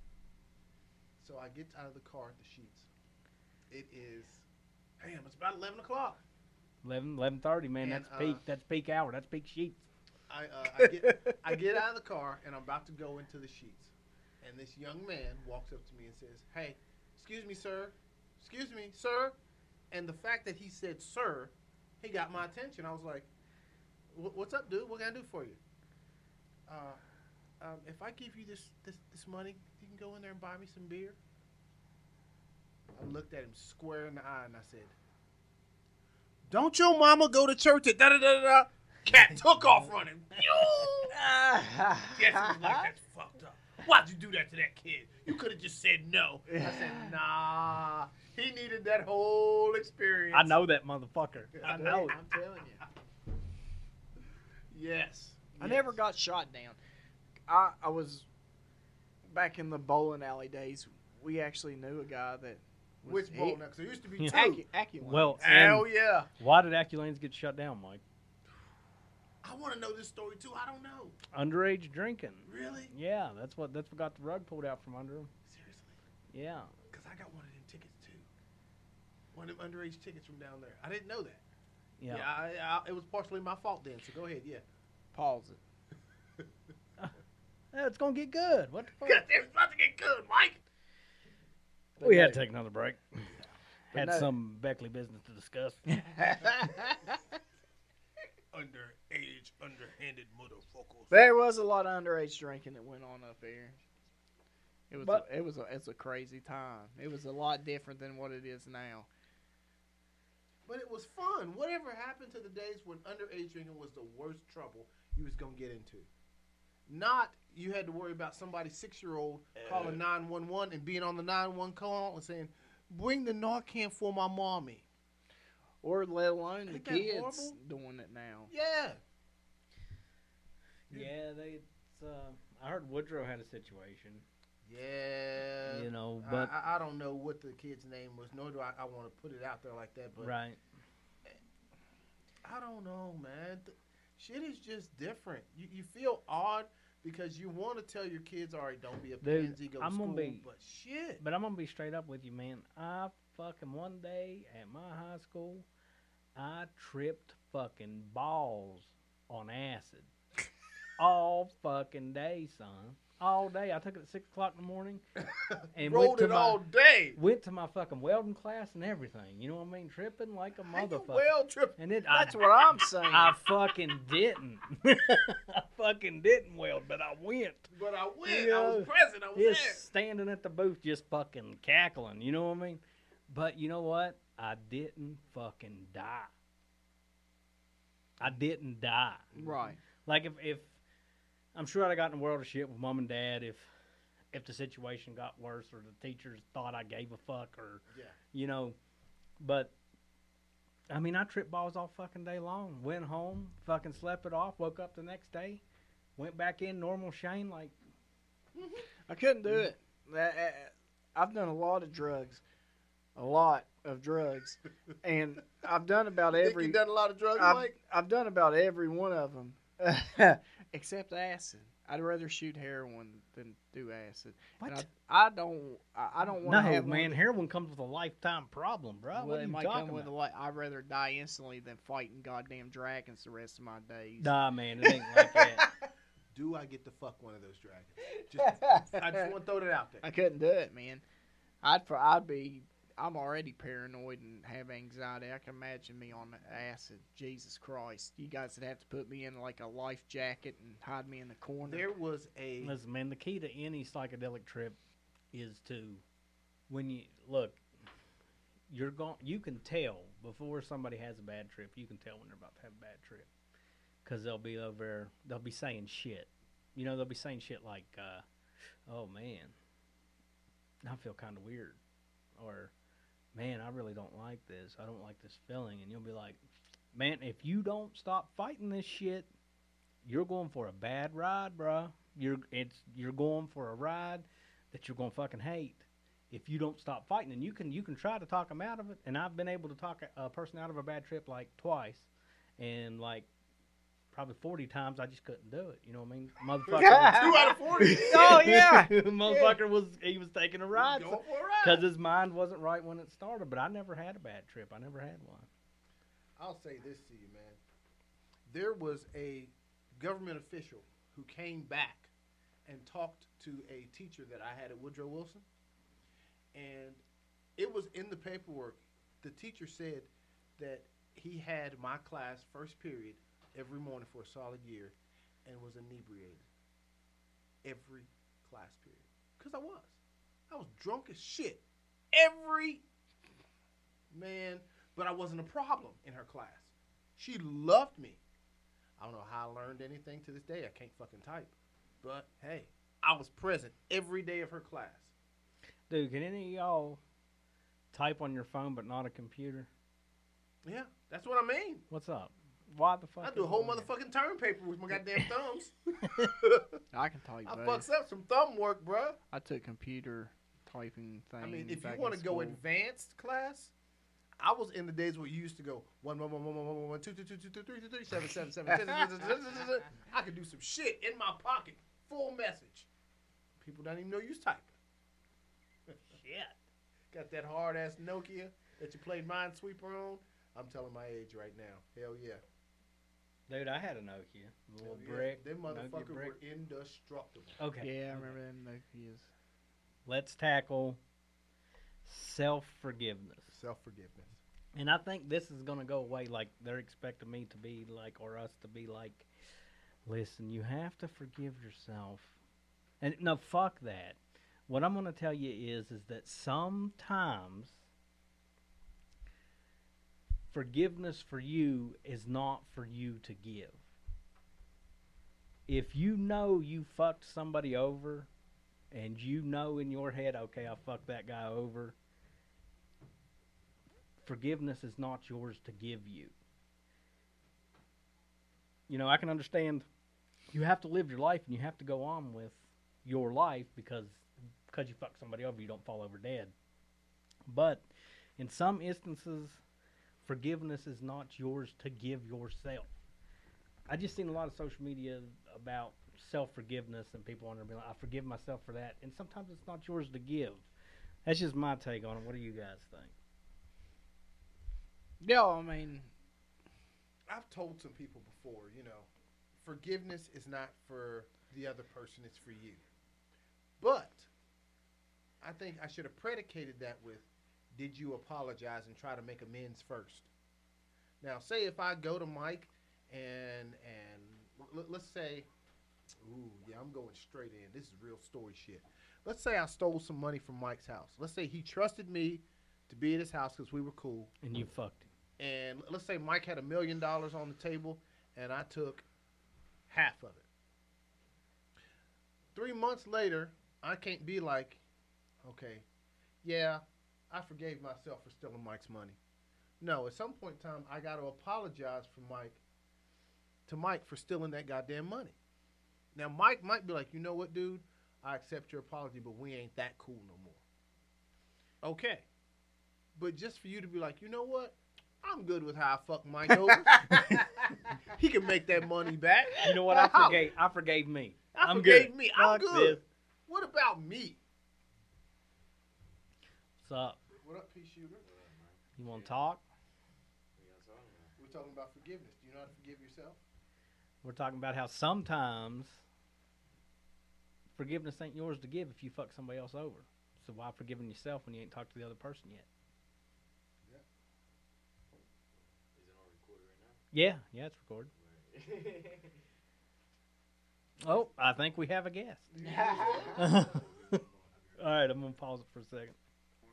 S2: So I get out of the car at the sheets. It is, damn, it's about eleven o'clock.
S3: 11, 11:30, man.
S2: And,
S3: that's peak.
S2: uh,
S3: That's peak hour. That's peak Sheets.
S2: I, uh, I get I get out of the car and I'm about to go into the sheets, and this young man walks up to me and says, "Hey, excuse me, sir, excuse me, sir," and the fact that he said "sir," he got my attention. I was like, "Wh- "What's up, dude? What can I do for you?" Uh, um, if I give you this, this this money, you can go in there and buy me some beer. I looked at him square in the eye and I said, "Don't your mama go to church?" At da da da da. da?" Cat took off running. Yes, was like that's fucked up. Why'd you do that to that kid? You could have just said no. I said nah. He needed that whole experience.
S3: I know that motherfucker. I
S4: I
S3: know.
S4: know.
S3: it.
S4: I'm telling you.
S2: Yes.
S4: I never got shot down. I I was back in the bowling alley days. We actually knew a guy that was
S2: Which
S4: he-
S2: ball next? There used to be
S3: Yeah.
S2: two.
S4: Acu- Acu-
S3: Well,
S2: Hell
S3: and
S2: yeah.
S3: why did Aculanes get shut down, Mike?
S2: I want to know this story too. I don't know.
S3: Underage drinking.
S2: Really?
S3: Yeah, that's what that's what got the rug pulled out from under him.
S2: Seriously.
S3: Yeah.
S2: Because I got one of them tickets too. One of them underage tickets from down there. I didn't know that.
S3: Yeah.
S2: I, I, it was partially my fault then, so go ahead, yeah.
S4: pause it.
S3: Eh, it's gonna get good. What the
S2: God,
S3: fuck?
S2: it's about to get good, Mike.
S3: We had to take another break.
S4: But
S3: Had
S4: no-
S3: some Beckley business to discuss.
S2: Underage, underhanded motherfuckers.
S4: there was a lot of underage drinking that went on up there. It was
S3: But-
S4: a, it was a, it's a crazy time. It was a lot different than what it is now.
S2: But it was fun. Whatever happened to the days when underage drinking was the worst trouble you was gonna get into. Not you had to worry about somebody six year old calling nine one one and being on the nine one call and saying, "Bring the Narcan for my mommy."
S4: Or let alone the
S2: Ain't that
S4: kids
S2: horrible?
S4: doing it now.
S2: Yeah.
S3: Yeah, they. It's, uh, I heard Woodrow had a situation.
S2: Yeah.
S3: you know,
S2: I-
S3: but
S2: I, I don't know what the kid's name was, nor do I, I want to put it out there like that. But
S3: right.
S2: I don't know, man. Th- shit is just different. You, you feel odd because you want to tell your kids, all right, don't be a
S3: Dude,
S2: pansy, go to
S3: I'm
S2: school.
S3: gonna be-
S2: but shit.
S3: But I'm gonna be straight up with you, man. I fucking one day at my high school, I tripped fucking balls on acid all fucking day, son. All day. I took it at six o'clock in the morning and went
S2: Rolled
S3: to
S2: it
S3: my
S2: all day.
S3: went to my fucking welding class and everything. You know what I mean? Tripping like a
S2: How you
S3: motherfucker.
S2: well tripping?
S3: and it I,
S4: That's what I'm saying.
S3: I fucking didn't. I fucking didn't weld, but I went.
S2: But I went. I
S3: Yeah.
S2: was present. I was
S3: He's standing at the booth just fucking cackling, you know what I mean? But you know what? I didn't fucking die. I didn't die.
S4: right.
S3: Like if, if I'm sure I'd have gotten in a world of shit with mom and dad if if the situation got worse or the teachers thought I gave a fuck or
S2: there.
S3: you know. But I mean, I tripped balls all fucking day long. Went home, fucking slept it off. Woke up the next day, went back in normal Shane. Like
S4: I couldn't
S3: Mm.
S4: do it. That- that- I've done a lot of drugs, a lot of drugs, and I've done about
S2: Yeah.
S4: every.
S2: Think you done a lot of drugs,
S4: I've,
S2: Mike?
S4: I've done about every one of them, except acid. I'd rather shoot heroin than do acid. And
S3: what?
S4: I, I don't. I, I don't
S3: No
S4: want to have
S3: man,
S4: One,
S3: heroin comes with a lifetime problem, bro.
S4: well,
S3: what are
S4: it
S3: you
S4: might
S3: talking
S4: come with a
S3: about?
S4: lot. I'd rather die instantly than fighting goddamn dragons the rest of my days.
S3: Nah, man, it ain't like that.
S2: Do I get to fuck one of those dragons? Just, I just want to throw that out there.
S4: I couldn't do it, man. I'd for I'd be I'm already paranoid and have anxiety. I can imagine me on acid. Jesus Christ, you guys would have to put me in like a life jacket and hide me in the corner.
S2: There was a
S3: Listen, man, the key to any psychedelic trip is to when you look, you're going. You can tell before somebody has a bad trip. You can tell when they're about to have a bad trip because they'll be over. there- They'll be saying shit. You know, they'll be saying shit like, uh, "Oh man, I feel kind of weird," or "Man, I really don't like this. I don't like this feeling." And you'll be like, "Man, if you don't stop fighting this shit, you're going for a bad ride, bruh. You're it's you're going for a ride that you're gonna fucking hate if you don't stop fighting. And you can you can try to talk them out of it. And I've been able to talk a, a person out of a bad trip like twice, and like probably forty times I just couldn't do it. You know what I mean, motherfucker?
S2: two out of forty.
S4: Oh, yeah.
S3: motherfucker was he was taking a ride
S2: Going for a ride.
S3: because his mind wasn't right when it started. But I never had a bad trip. I never had one.
S2: I'll say this to you, man. There was a government official who came back and talked to a teacher that I had at Woodrow Wilson, and it was in the paperwork. The teacher said that he had my class first period every morning for a solid year, and was inebriated every class period. Cause I was, I was drunk as shit every man, but I wasn't a problem in her class. She loved me. I don't know how I learned anything to this day. I can't fucking type. But hey, I was present every day of her class.
S3: Dude, can any of y'all type on your phone but not a computer?
S2: Yeah, that's what I mean.
S3: What's up? Why the fuck?
S2: I do a
S3: is
S2: whole
S3: it like
S2: motherfucking term paper with my goddamn thumbs.
S4: I can type.
S2: I
S4: better.
S2: fucks up some thumb work, bruh.
S4: I took computer typing thing.
S2: I mean, if you
S4: back in
S2: want to go
S4: school.
S2: advanced class, I was in the days where you used to go one one one one one one one one two two two two two three two three seven seven seven. ten, ten, ten, ten, ten, ten, ten. I could do some shit in my pocket, full message. People don't even know you was typing.
S3: that? Shit.
S2: Got that hard ass Nokia that you played Minesweeper on. I'm telling my age right now. Hell yeah.
S3: Dude, I had a Nokia. A little
S2: Hell yeah.
S3: brick.
S2: Them
S3: Nokia
S2: motherfuckers
S3: brick.
S2: were indestructible.
S3: Okay.
S4: Yeah, I
S3: okay.
S4: remember them Nokia's.
S3: Let's tackle self forgiveness.
S2: Self forgiveness.
S3: And I think this is going to go away. Like, they're expecting me to be like, or us to be like, listen, you have to forgive yourself. And no, fuck that. What I'm going to tell you is, is that sometimes forgiveness for you is not for you to give. If you know you fucked somebody over and you know in your head, okay, I fucked that guy over, forgiveness is not yours to give you. You know, I can understand you have to live your life and you have to go on with your life because because you fuck somebody over, you don't fall over dead. But in some instances, forgiveness is not yours to give yourself. I just seen a lot of social media about self forgiveness and people on there being like, I forgive myself for that. And sometimes it's not yours to give. That's just my take on it. What do you guys think?
S4: No, I mean,
S2: I've told some people before, you know, forgiveness is not for the other person, it's for you. But I think I should have predicated that with did you apologize and try to make amends first? Now, say if I go to Mike and and l- let's say ooh, yeah, I'm going straight in. This is real story shit. Let's say I stole some money from Mike's house. Let's say he trusted me to be at his house cuz we were cool
S3: And you fucked him.
S2: and let's say Mike had a million dollars on the table and I took half of it. Three months later, I can't be like, okay, yeah, I forgave myself for stealing Mike's money. No, at some point in time, I got to apologize for Mike to Mike for stealing that goddamn money. Now, Mike might be like, you know what, dude, I accept your apology, but we ain't that cool no more. Okay. But just for you to be like, you know what? I'm good with how I fucked Mike over. he can make that money back.
S3: You know what? I
S2: Wow.
S3: forgave. I forgave me.
S2: I
S3: I'm
S2: forgave
S3: good.
S2: me. I'm
S3: Fuck
S2: good.
S3: this.
S2: What about me?
S3: What's up?
S2: What up, P Shooter?
S3: You want to talk?
S2: We're talking about forgiveness. Do you know how to forgive yourself?
S3: We're talking about how sometimes forgiveness ain't yours to give if you fuck somebody else over. So why forgiving yourself when you ain't talked to the other person yet? Yeah, yeah, it's recorded. Oh, I think we have a guest. All right, I'm gonna pause it for a second.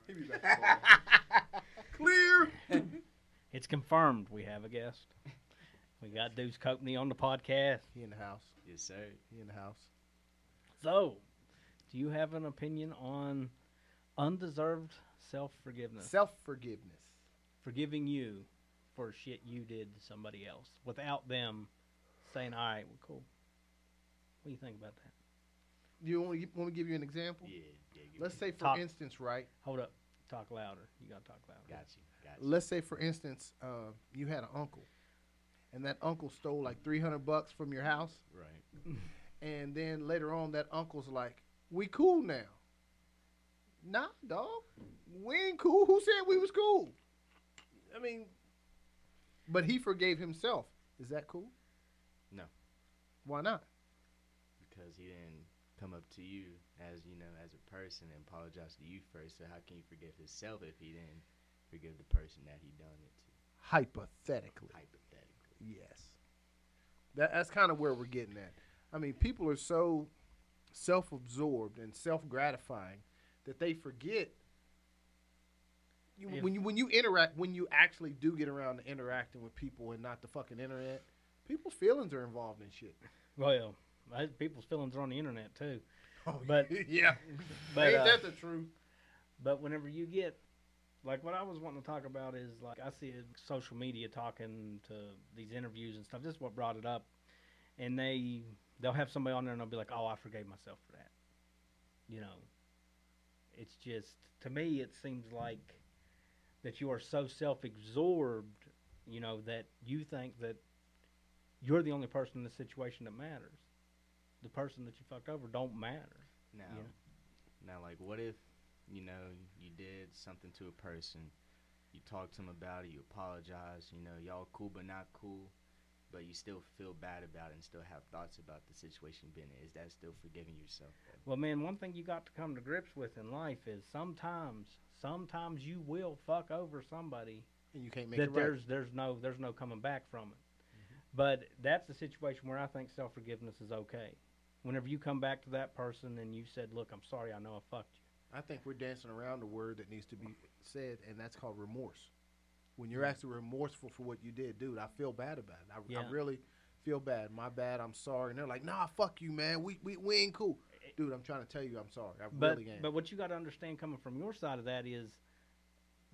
S2: He be back tomorrow. Clear.
S3: It's confirmed we have a guest. We got Deuce Company on the podcast.
S2: He in the house.
S5: Yes, sir.
S2: He in the house.
S3: So, do you have an opinion on undeserved self forgiveness?
S2: Self forgiveness.
S3: forgiving you for shit you did to somebody else without them saying, all right, well, cool. What do you think about that?
S2: You want, you want me to give you an example?
S5: Yeah, yeah. give
S2: Let's
S5: me-
S2: say, for
S3: Talk.
S2: instance, right?
S3: Hold up. Talk louder. You got to talk louder.
S5: Got you. Got you.
S2: Let's say, for instance, uh, you had an uncle, and that uncle stole like 300 bucks from your house.
S5: Right.
S2: And then later on, that uncle's like, "We cool now." Nah, dog, we ain't cool. Who said we was cool? I mean, but he forgave himself. Is that cool?
S5: No.
S2: Why not?
S5: Because he didn't come up to you as you know as a person and apologize to you first. So how can you forgive himself if he didn't forgive the person that he done it to?
S2: Hypothetically,
S5: Hypothetically.
S2: yes. That, that's kind of where we're getting at. I mean, people are so self-absorbed and self-gratifying that they forget. You,
S3: If-
S2: when you when you interact when you actually do get around to interacting with people and not the fucking internet, people's feelings are involved in shit.
S3: Well, I- people's feelings are on the internet, too.
S2: Oh,
S3: But-
S2: yeah,
S3: But,
S2: ain't
S3: uh,
S2: that the truth?
S3: But whenever you get, like, what I was wanting to talk about is like I see it- social media talking to these interviews and stuff. This is what brought it up, and they they'll have somebody on there and they'll be like, "Oh, I forgave myself for that." You know, it's just to me it seems like that you are so self-absorbed, you know, that you think that you're the only person in the situation that matters. The person that you fucked over don't matter.
S5: Now, now, like, what if you know you did something to a person? You talked to him about it. You apologize. You know, y'all cool but not cool. But you still feel bad about it and still have thoughts about the situation being in. Is that still forgiving yourself? though?
S3: Well, man, one thing you got to come to grips with in life is sometimes, sometimes you will fuck over somebody
S2: And you can't make
S3: that
S2: it right.
S3: there's there's no there's no coming back from it. But that's the situation where I think self forgiveness is okay. Whenever you come back to that person and you said, "Look, I'm sorry, I know I fucked you,"
S2: I think we're dancing around a word that needs to be said, and that's called remorse. When you're actually remorseful for what you did, dude, I feel bad about it. I, I
S3: Yeah.
S2: really feel bad. My bad. I'm sorry. And they're like, nah, fuck you, man. We, we, we ain't cool. Dude, I'm trying to tell you I'm sorry. I
S3: but
S2: really am.
S3: but what you got to understand coming from your side of that is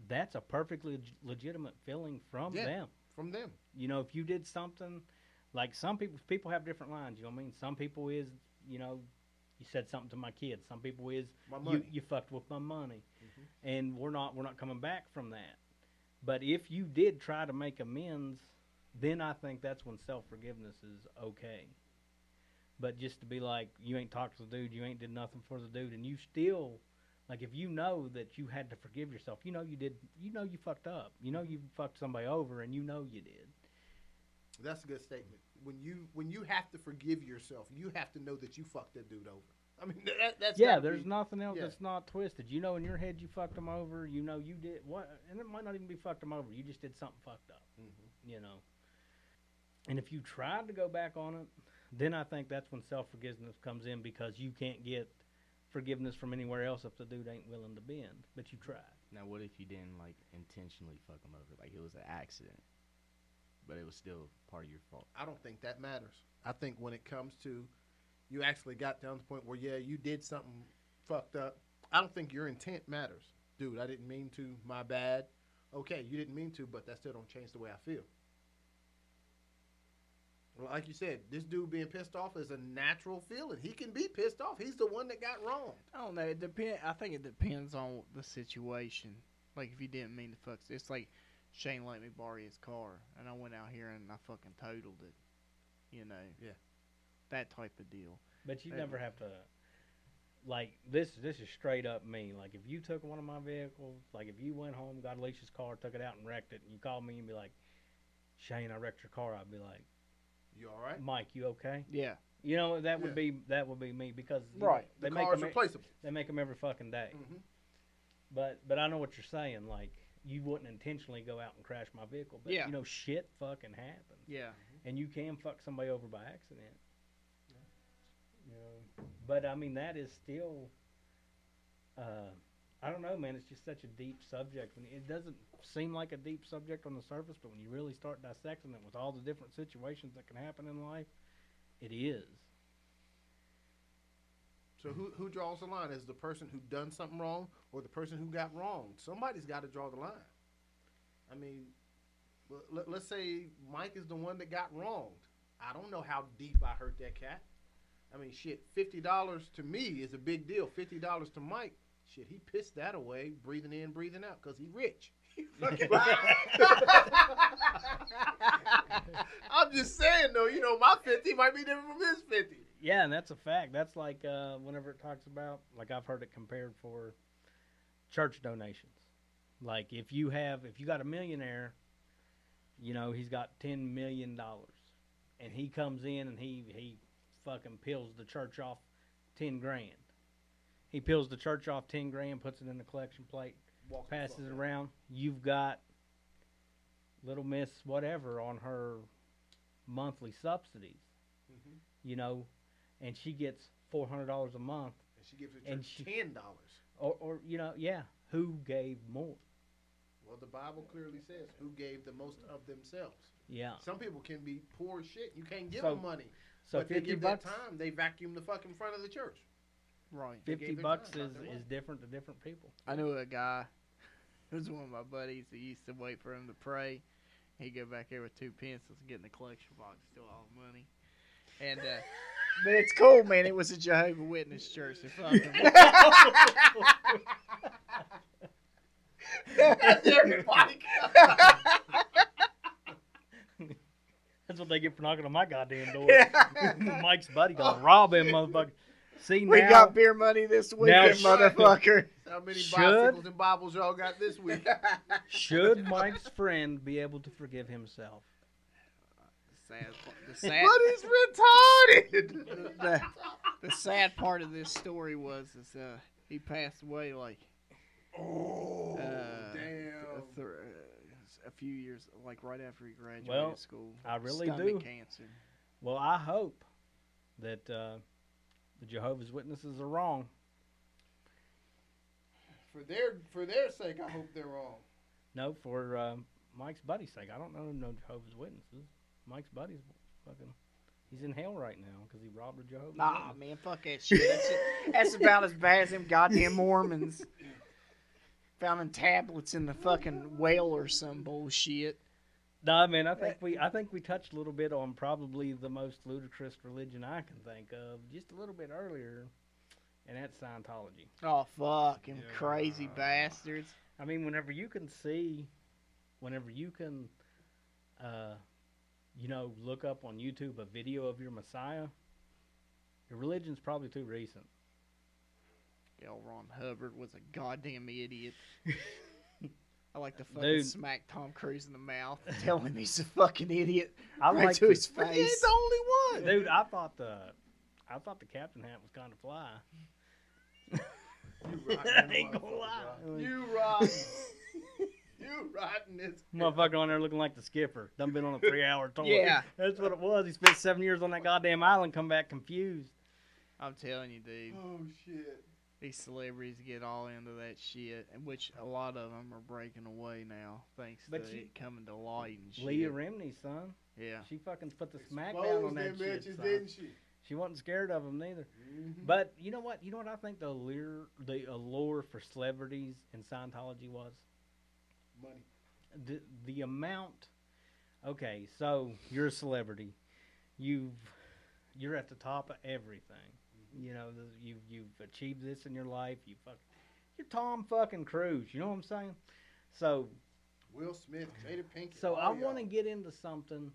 S3: that's a perfectly leg- legitimate feeling from
S2: Yeah.
S3: them.
S2: From them.
S3: You know, if you did something, like some people, people have different lines. You know what I mean? Some people is, you know, you said something to my kids. Some people is
S2: My
S3: you,
S2: money. Mm-hmm.
S3: you fucked with my money and we're not we're not coming back from that but if you did try to make amends then i think that's when self-forgiveness is okay but just to be like you ain't talked to the dude you ain't did nothing for the dude and you still like if you know that you had to forgive yourself you know you did you know you fucked up you know you fucked somebody over and you know you did
S2: That's a good statement. When you when you have to forgive yourself, you have to know that you fucked that dude over. I mean, that, that's
S3: yeah
S2: gotta
S3: there's
S2: be-
S3: nothing else
S2: yeah.
S3: that's not twisted you know in your head you fucked them over you know you did what and it might not even be fucked them over you just did something fucked up
S2: Mhm.
S3: you know. And if you tried to go back on it, then I think that's when self forgiveness comes in because you can't get forgiveness from anywhere else if the dude ain't willing to bend. But you tried.
S5: Now, what if you didn't like intentionally fuck him over? Like it was an accident, but it was still part of your fault.
S2: I don't think that matters. I think when it comes to you actually got down to the point where yeah, you did something fucked up. I don't think your intent matters, dude. I didn't mean to. My bad. Okay, you didn't mean to, but that still don't change the way I feel. Well, Like you said, this dude being pissed off is a natural feeling. He can be pissed off. He's the one that got wronged.
S4: I don't know. It depend. I think it depends on the situation. Like if you didn't mean to fuck, it's like Shane let me borrow his car, and I went out here and I fucking totaled it. You know.
S2: Yeah.
S4: That type of deal.
S3: But you
S4: Right.
S3: never have to like this this is straight up me. Like if you took one of my vehicles, like if you went home, got Alicia's car, took it out and wrecked it, and you called me and be like, Shane, I wrecked your car, I'd be like,
S2: You all right?
S3: Mike, you okay?
S4: Yeah.
S3: You know, that would be
S2: Yeah.
S3: that would be me because you know, they
S2: The car
S3: make
S2: car's
S3: them e-
S2: replaceable.
S3: they make them every fucking day.
S2: hmm
S3: But but I know what you're saying. Like you wouldn't intentionally go out and crash my vehicle, but
S4: Yeah.
S3: you know shit fucking happens,
S4: Yeah.
S3: and you can fuck somebody over by accident. You know, but I mean that is still. Uh, I don't know, man. It's just such a deep subject. When it doesn't seem like a deep subject on the surface, but when you really start dissecting it with all the different situations that can happen in life, it is.
S2: So who who draws the line? Is the person who done something wrong or the person who got wronged? Somebody's got to draw the line. I mean, l- let, let's say Mike is the one that got wronged. I don't know how deep I hurt that cat. I mean, shit, fifty dollars to me is a big deal. Fifty dollars to Mike, shit, he pissed that away, breathing in, breathing out, cause he rich. He fucking- I'm just saying though, you know, my fifty might be different from his fifty.
S3: Yeah, and that's a fact. That's like uh, whenever it talks about, like I've heard it compared for church donations. Like if you have, if you got a millionaire, you know he's got ten million dollars, and he comes in and he he fucking peels the church off ten grand. He peels the church off ten grand, puts it in the collection plate,
S2: Walk the
S3: passes
S2: fuck
S3: it
S2: out.
S3: around. You've got little Miss whatever on her monthly subsidies
S2: Mhm.
S3: you know, and she gets four hundred dollars a month,
S2: and she gives the
S3: And
S2: church
S3: she-
S2: ten dollars.
S3: or, or you know, yeah, who gave more?
S2: Well, the Bible clearly says who gave the most of themselves.
S3: Yeah,
S2: Some people can be poor as shit. You can't give
S3: Uh. So-
S2: them money,
S3: so
S2: but they
S3: fifty
S2: give
S3: bucks,
S2: that time. They vacuum the fucking front of the church.
S4: Right.
S2: they
S3: fifty
S2: gave their
S3: bucks
S2: time,
S3: is,
S2: not their
S3: is
S2: money.
S3: different to different people.
S4: I knew a guy. It was one of my buddies that used to wait for him to pray. He'd go back there with two pencils and get in the collection box, steal all the money. And uh, but it's cool, man. It was a Jehovah Witness church. So fuck 'em.
S3: That's what they get for knocking on my goddamn door. Mike's buddy gonna rob him, motherfucker. See
S4: we
S3: now,
S4: got beer money this weekend,
S3: sh-
S4: motherfucker.
S2: How many
S3: Should-
S2: bicycles and Bibles y'all got this week?
S3: should Mike's friend be able to forgive himself?
S4: sad, the sad,
S2: he's retarded.
S4: the, the sad part of this story was is uh, he passed away like
S2: Oh,
S4: Uh,
S2: damn.
S4: th- uh, a few years, like right after he graduated
S3: Well,
S4: school.
S3: I really
S4: Stomach
S3: do.
S4: cancer.
S3: Well, I hope that uh, the Jehovah's Witnesses are wrong.
S2: For their for their sake, I hope they're wrong.
S3: No, for uh, Mike's buddy's sake. I don't know no Jehovah's Witnesses. Mike's buddy's fucking. He's in hell right now because he robbed a Jehovah's
S4: Nah,
S3: Witness.
S4: man, fuck that shit. That's, that's about as bad as them goddamn Mormons finding tablets in the fucking well or some bullshit.
S3: Nah, man. I
S4: Uh,
S3: think we I think we touched a little bit on probably the most ludicrous religion I can think of just a little bit earlier and that's Scientology.
S4: Oh, fucking
S2: Yeah.
S4: crazy bastards.
S3: I mean, whenever you can see, whenever you can, uh, you know, look up on YouTube a video of your Messiah, your religion's probably too recent.
S4: L. Ron Hubbard was a goddamn idiot. I like to fucking
S3: Dude.
S4: smack Tom Cruise in the mouth, and tell him he's a fucking idiot
S3: I
S4: right
S3: like
S4: to
S3: to-
S4: his
S2: But he ain't
S4: face.
S2: the only one.
S3: Dude, I thought the, I thought the captain hat was kind of fly.
S2: You
S3: I ain't gonna lie.
S2: You rotten. you rotten as
S3: Motherfucker on there looking like the skipper. Done been on a three hour tour.
S4: Yeah.
S3: That's what it was. He spent seven years on that goddamn island, come back confused.
S4: I'm telling you, dude.
S2: Oh shit.
S4: These celebrities get all into that shit, and which a lot of them are breaking away now, thanks
S3: But
S4: to
S3: you-
S4: it coming to light and shit.
S3: Leah Remney, son.
S4: yeah.
S3: She fucking put the smack down on that
S2: Exposed them
S3: shit.
S2: bitches,
S3: son.
S2: didn't she?
S3: She wasn't scared of him neither.
S2: Mhm.
S3: But you know what? You know what I think the allure, the allure for celebrities in Scientology was
S2: Money.
S3: the the amount. Okay, so you're a celebrity. You've you're at the top of everything.
S4: Mm-hmm.
S3: You know the, you you've achieved this in your life. You fuck, you're Tom fucking Cruise. You know what I'm saying? So
S2: Will Smith, Jada Pinkett.
S3: so
S4: Oh,
S2: all
S3: I
S2: y'all.
S3: want to get into something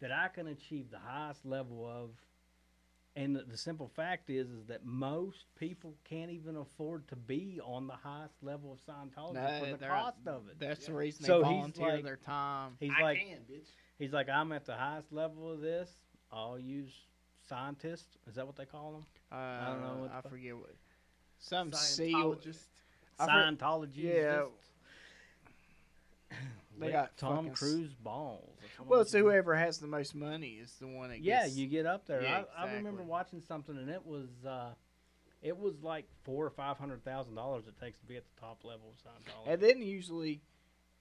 S3: that I can achieve the highest level of, and the, the simple fact is, is that most people can't even afford to be on the highest level of Scientology for the
S4: they're-
S3: cost of it.
S4: That's the reason they
S3: So he's
S4: volunteer
S3: like-
S4: their time.
S3: He's
S2: I
S3: like,
S2: can, bitch.
S3: he's like, I'm at the highest level of this. I'll use scientists. Is that what they call them?
S4: Uh,
S3: I
S4: I
S3: don't know what the fuck-
S4: forget what. Some seal.
S2: Scientologist.
S4: I've heard-
S3: Scientologists.
S4: yeah. They
S3: Lick
S4: got
S3: Tom
S4: fucking s-
S3: Cruise balls. or something
S4: Well,
S3: like
S4: it's
S3: that.
S4: whoever has the most money is the one that
S3: Yeah,
S4: gets.
S3: you get up there.
S4: Yeah,
S3: I, I remember
S4: exactly.
S3: watching something, and it was uh, it was like four or five hundred thousand dollars it takes to be at the top level of Scientology.
S4: And then usually,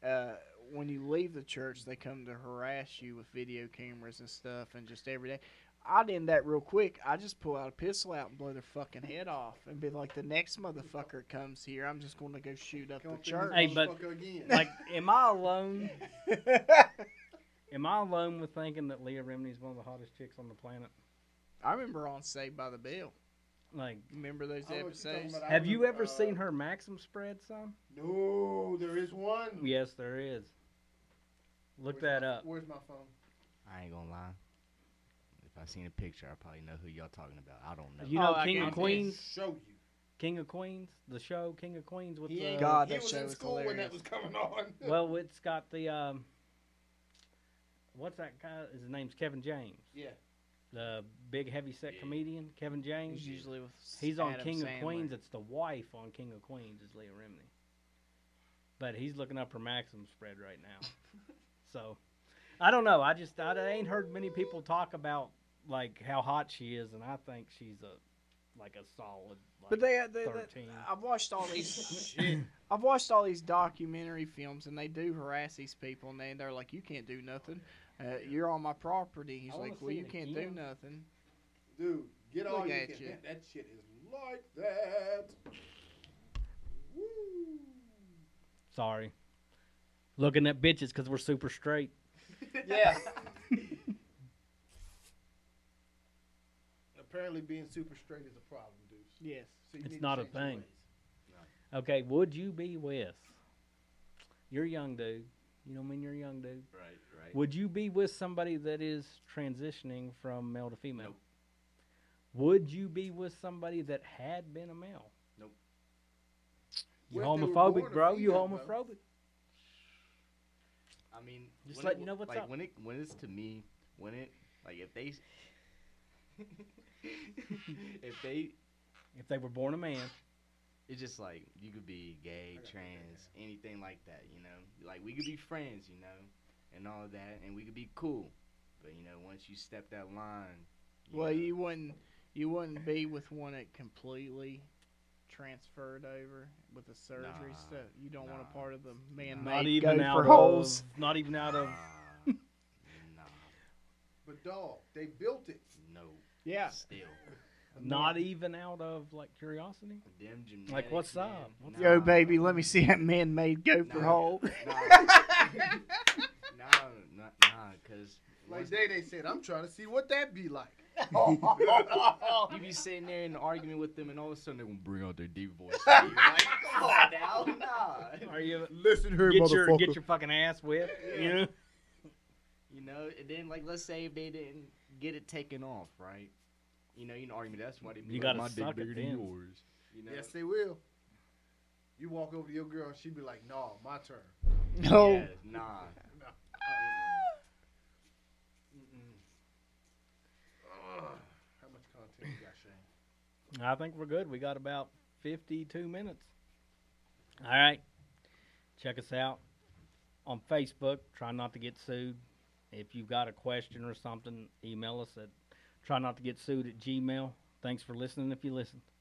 S4: uh, when you leave the church, they come to harass you with video cameras and stuff, and just every day. I'd end that real quick. I just pull out a pistol out and blow their fucking head off, and be like, "The next motherfucker comes here, I'm just gonna go shoot up
S2: Come
S4: the
S2: up in this
S4: church."
S3: Hey, but-
S2: motherfucker again.
S3: like, am I alone? Am I alone with thinking that Leah Remini is one of the hottest chicks on the planet?
S4: I remember on Saved by the Bell.
S3: Like,
S4: Remember those
S2: I know what you're talking
S4: episodes?
S2: about. I
S3: have you ever
S2: remember, uh,
S3: seen her Maxim spread, son?
S2: No, there is one.
S3: Yes, there is. Look
S2: Where's
S3: that
S2: my-
S3: up.
S2: Where's my phone?
S5: I ain't gonna lie. If I seen a picture, I probably know who y'all talking about. I don't know.
S3: You know
S4: Oh, I
S3: King
S4: got
S3: of
S4: it.
S3: Queens,
S2: Show you.
S3: King of Queens, the show King of Queens with
S2: He
S3: the
S2: ain't
S4: God,
S2: he
S4: that
S2: was
S4: show
S2: in
S4: was
S2: school when that
S4: hilarious.
S2: was coming on.
S3: well, it's got the um, what's that guy? His name's Kevin James.
S2: yeah.
S3: the big heavy set
S5: Yeah.
S3: comedian Kevin James.
S4: He's usually with
S3: he's on
S4: Adam
S3: King
S4: Sandler.
S3: of Queens. It's the wife on King of Queens is Leah Remini. But he's looking up her Maxim spread right now. so I don't know. I just I, I ain't heard many people talk about like how hot she is, and I think she's a like a solid. Like,
S4: But they, they, they-
S3: 13.
S4: I've watched all these. I've watched all these documentary films, and they do harass these people, and they, they're like, "You can't do nothing. Uh, you're on my property." He's
S3: I wanna
S4: like, "Well,
S3: see
S4: you
S3: it
S4: can't do
S3: again."
S4: nothing."
S2: Dude, get all
S4: Look
S2: you
S4: at
S2: can.
S4: you.
S2: That, that shit is like that. Woo.
S3: sorry. Looking at bitches because we're super straight.
S2: Yeah. Apparently, being super straight is a problem, dude.
S4: Yes.
S2: So you
S3: It's
S2: need to
S3: not a
S2: change your
S3: thing.
S2: ways.
S3: Okay, would you be with? You're young, dude. You know, what I mean, you're a young, dude.
S5: Right, right.
S3: Would you be with somebody that is transitioning from male to female?
S5: Nope.
S3: Would you be with somebody that had been a male?
S5: Nope.
S3: You
S2: What if they were born
S3: homophobic,
S2: a
S3: bro. you
S2: female, bro?
S3: homophobic.
S5: I mean,
S3: Just
S5: when
S3: let
S5: it-
S3: you know what's
S5: like,
S3: up.
S5: When it when it's to me, when it like if they if they
S3: If they were born a man,
S5: it's just like you could be gay,
S2: got you there,
S5: trans, anything like that, you know. Like we could be friends, you know, and all that, and we could be cool. But you know, once you step that line,
S4: Well,
S5: know,
S4: you wouldn't. You wouldn't be with one that completely transferred over with the surgery
S5: Nah,
S4: stuff. You don't want
S5: nah,
S4: a part of the man-made
S3: not even
S4: go
S3: out
S4: for
S3: of
S4: holes.
S3: not even out of
S5: nah, nah,
S2: But dog, they built it.
S5: no,
S4: Yeah.
S5: still
S3: not e- even out of like curiosity.
S5: them gymnatics.
S3: Like, what's
S5: man,
S3: up? What's
S4: Yo, baby, let me see that man-made gopher
S5: Nah.
S4: hole.
S5: Nah, nah, nah, Nah, nah, cause
S2: Like
S5: once-
S2: they, they said, I'm trying to see what that be like.
S5: you be sitting there in an argument with them, and all of a sudden they're gonna bring out their deep voice. You're like, come on now, nah.
S3: Are you
S2: Listen here,
S3: get your
S2: motherfucker.
S3: get your fucking ass whipped? You know?
S5: You know, and then like let's say if they didn't get it taken off, right? You know, you can argue that's why they be
S3: You
S5: like,
S3: gotta
S5: my
S3: suck
S5: dick
S3: it
S5: bigger
S3: then.
S5: than yours. You know,
S2: Yes, they will. You walk over to your girl, and she be like, "No, my turn."
S4: No.
S5: Yeah, nah.
S2: How much content you got, Shane?
S3: I think we're good. We got about 52 minutes. All right. Check us out on Facebook. Try not to get sued. If you've got a question or something, email us at try not to get sued at Gmail. Thanks for listening if you listened.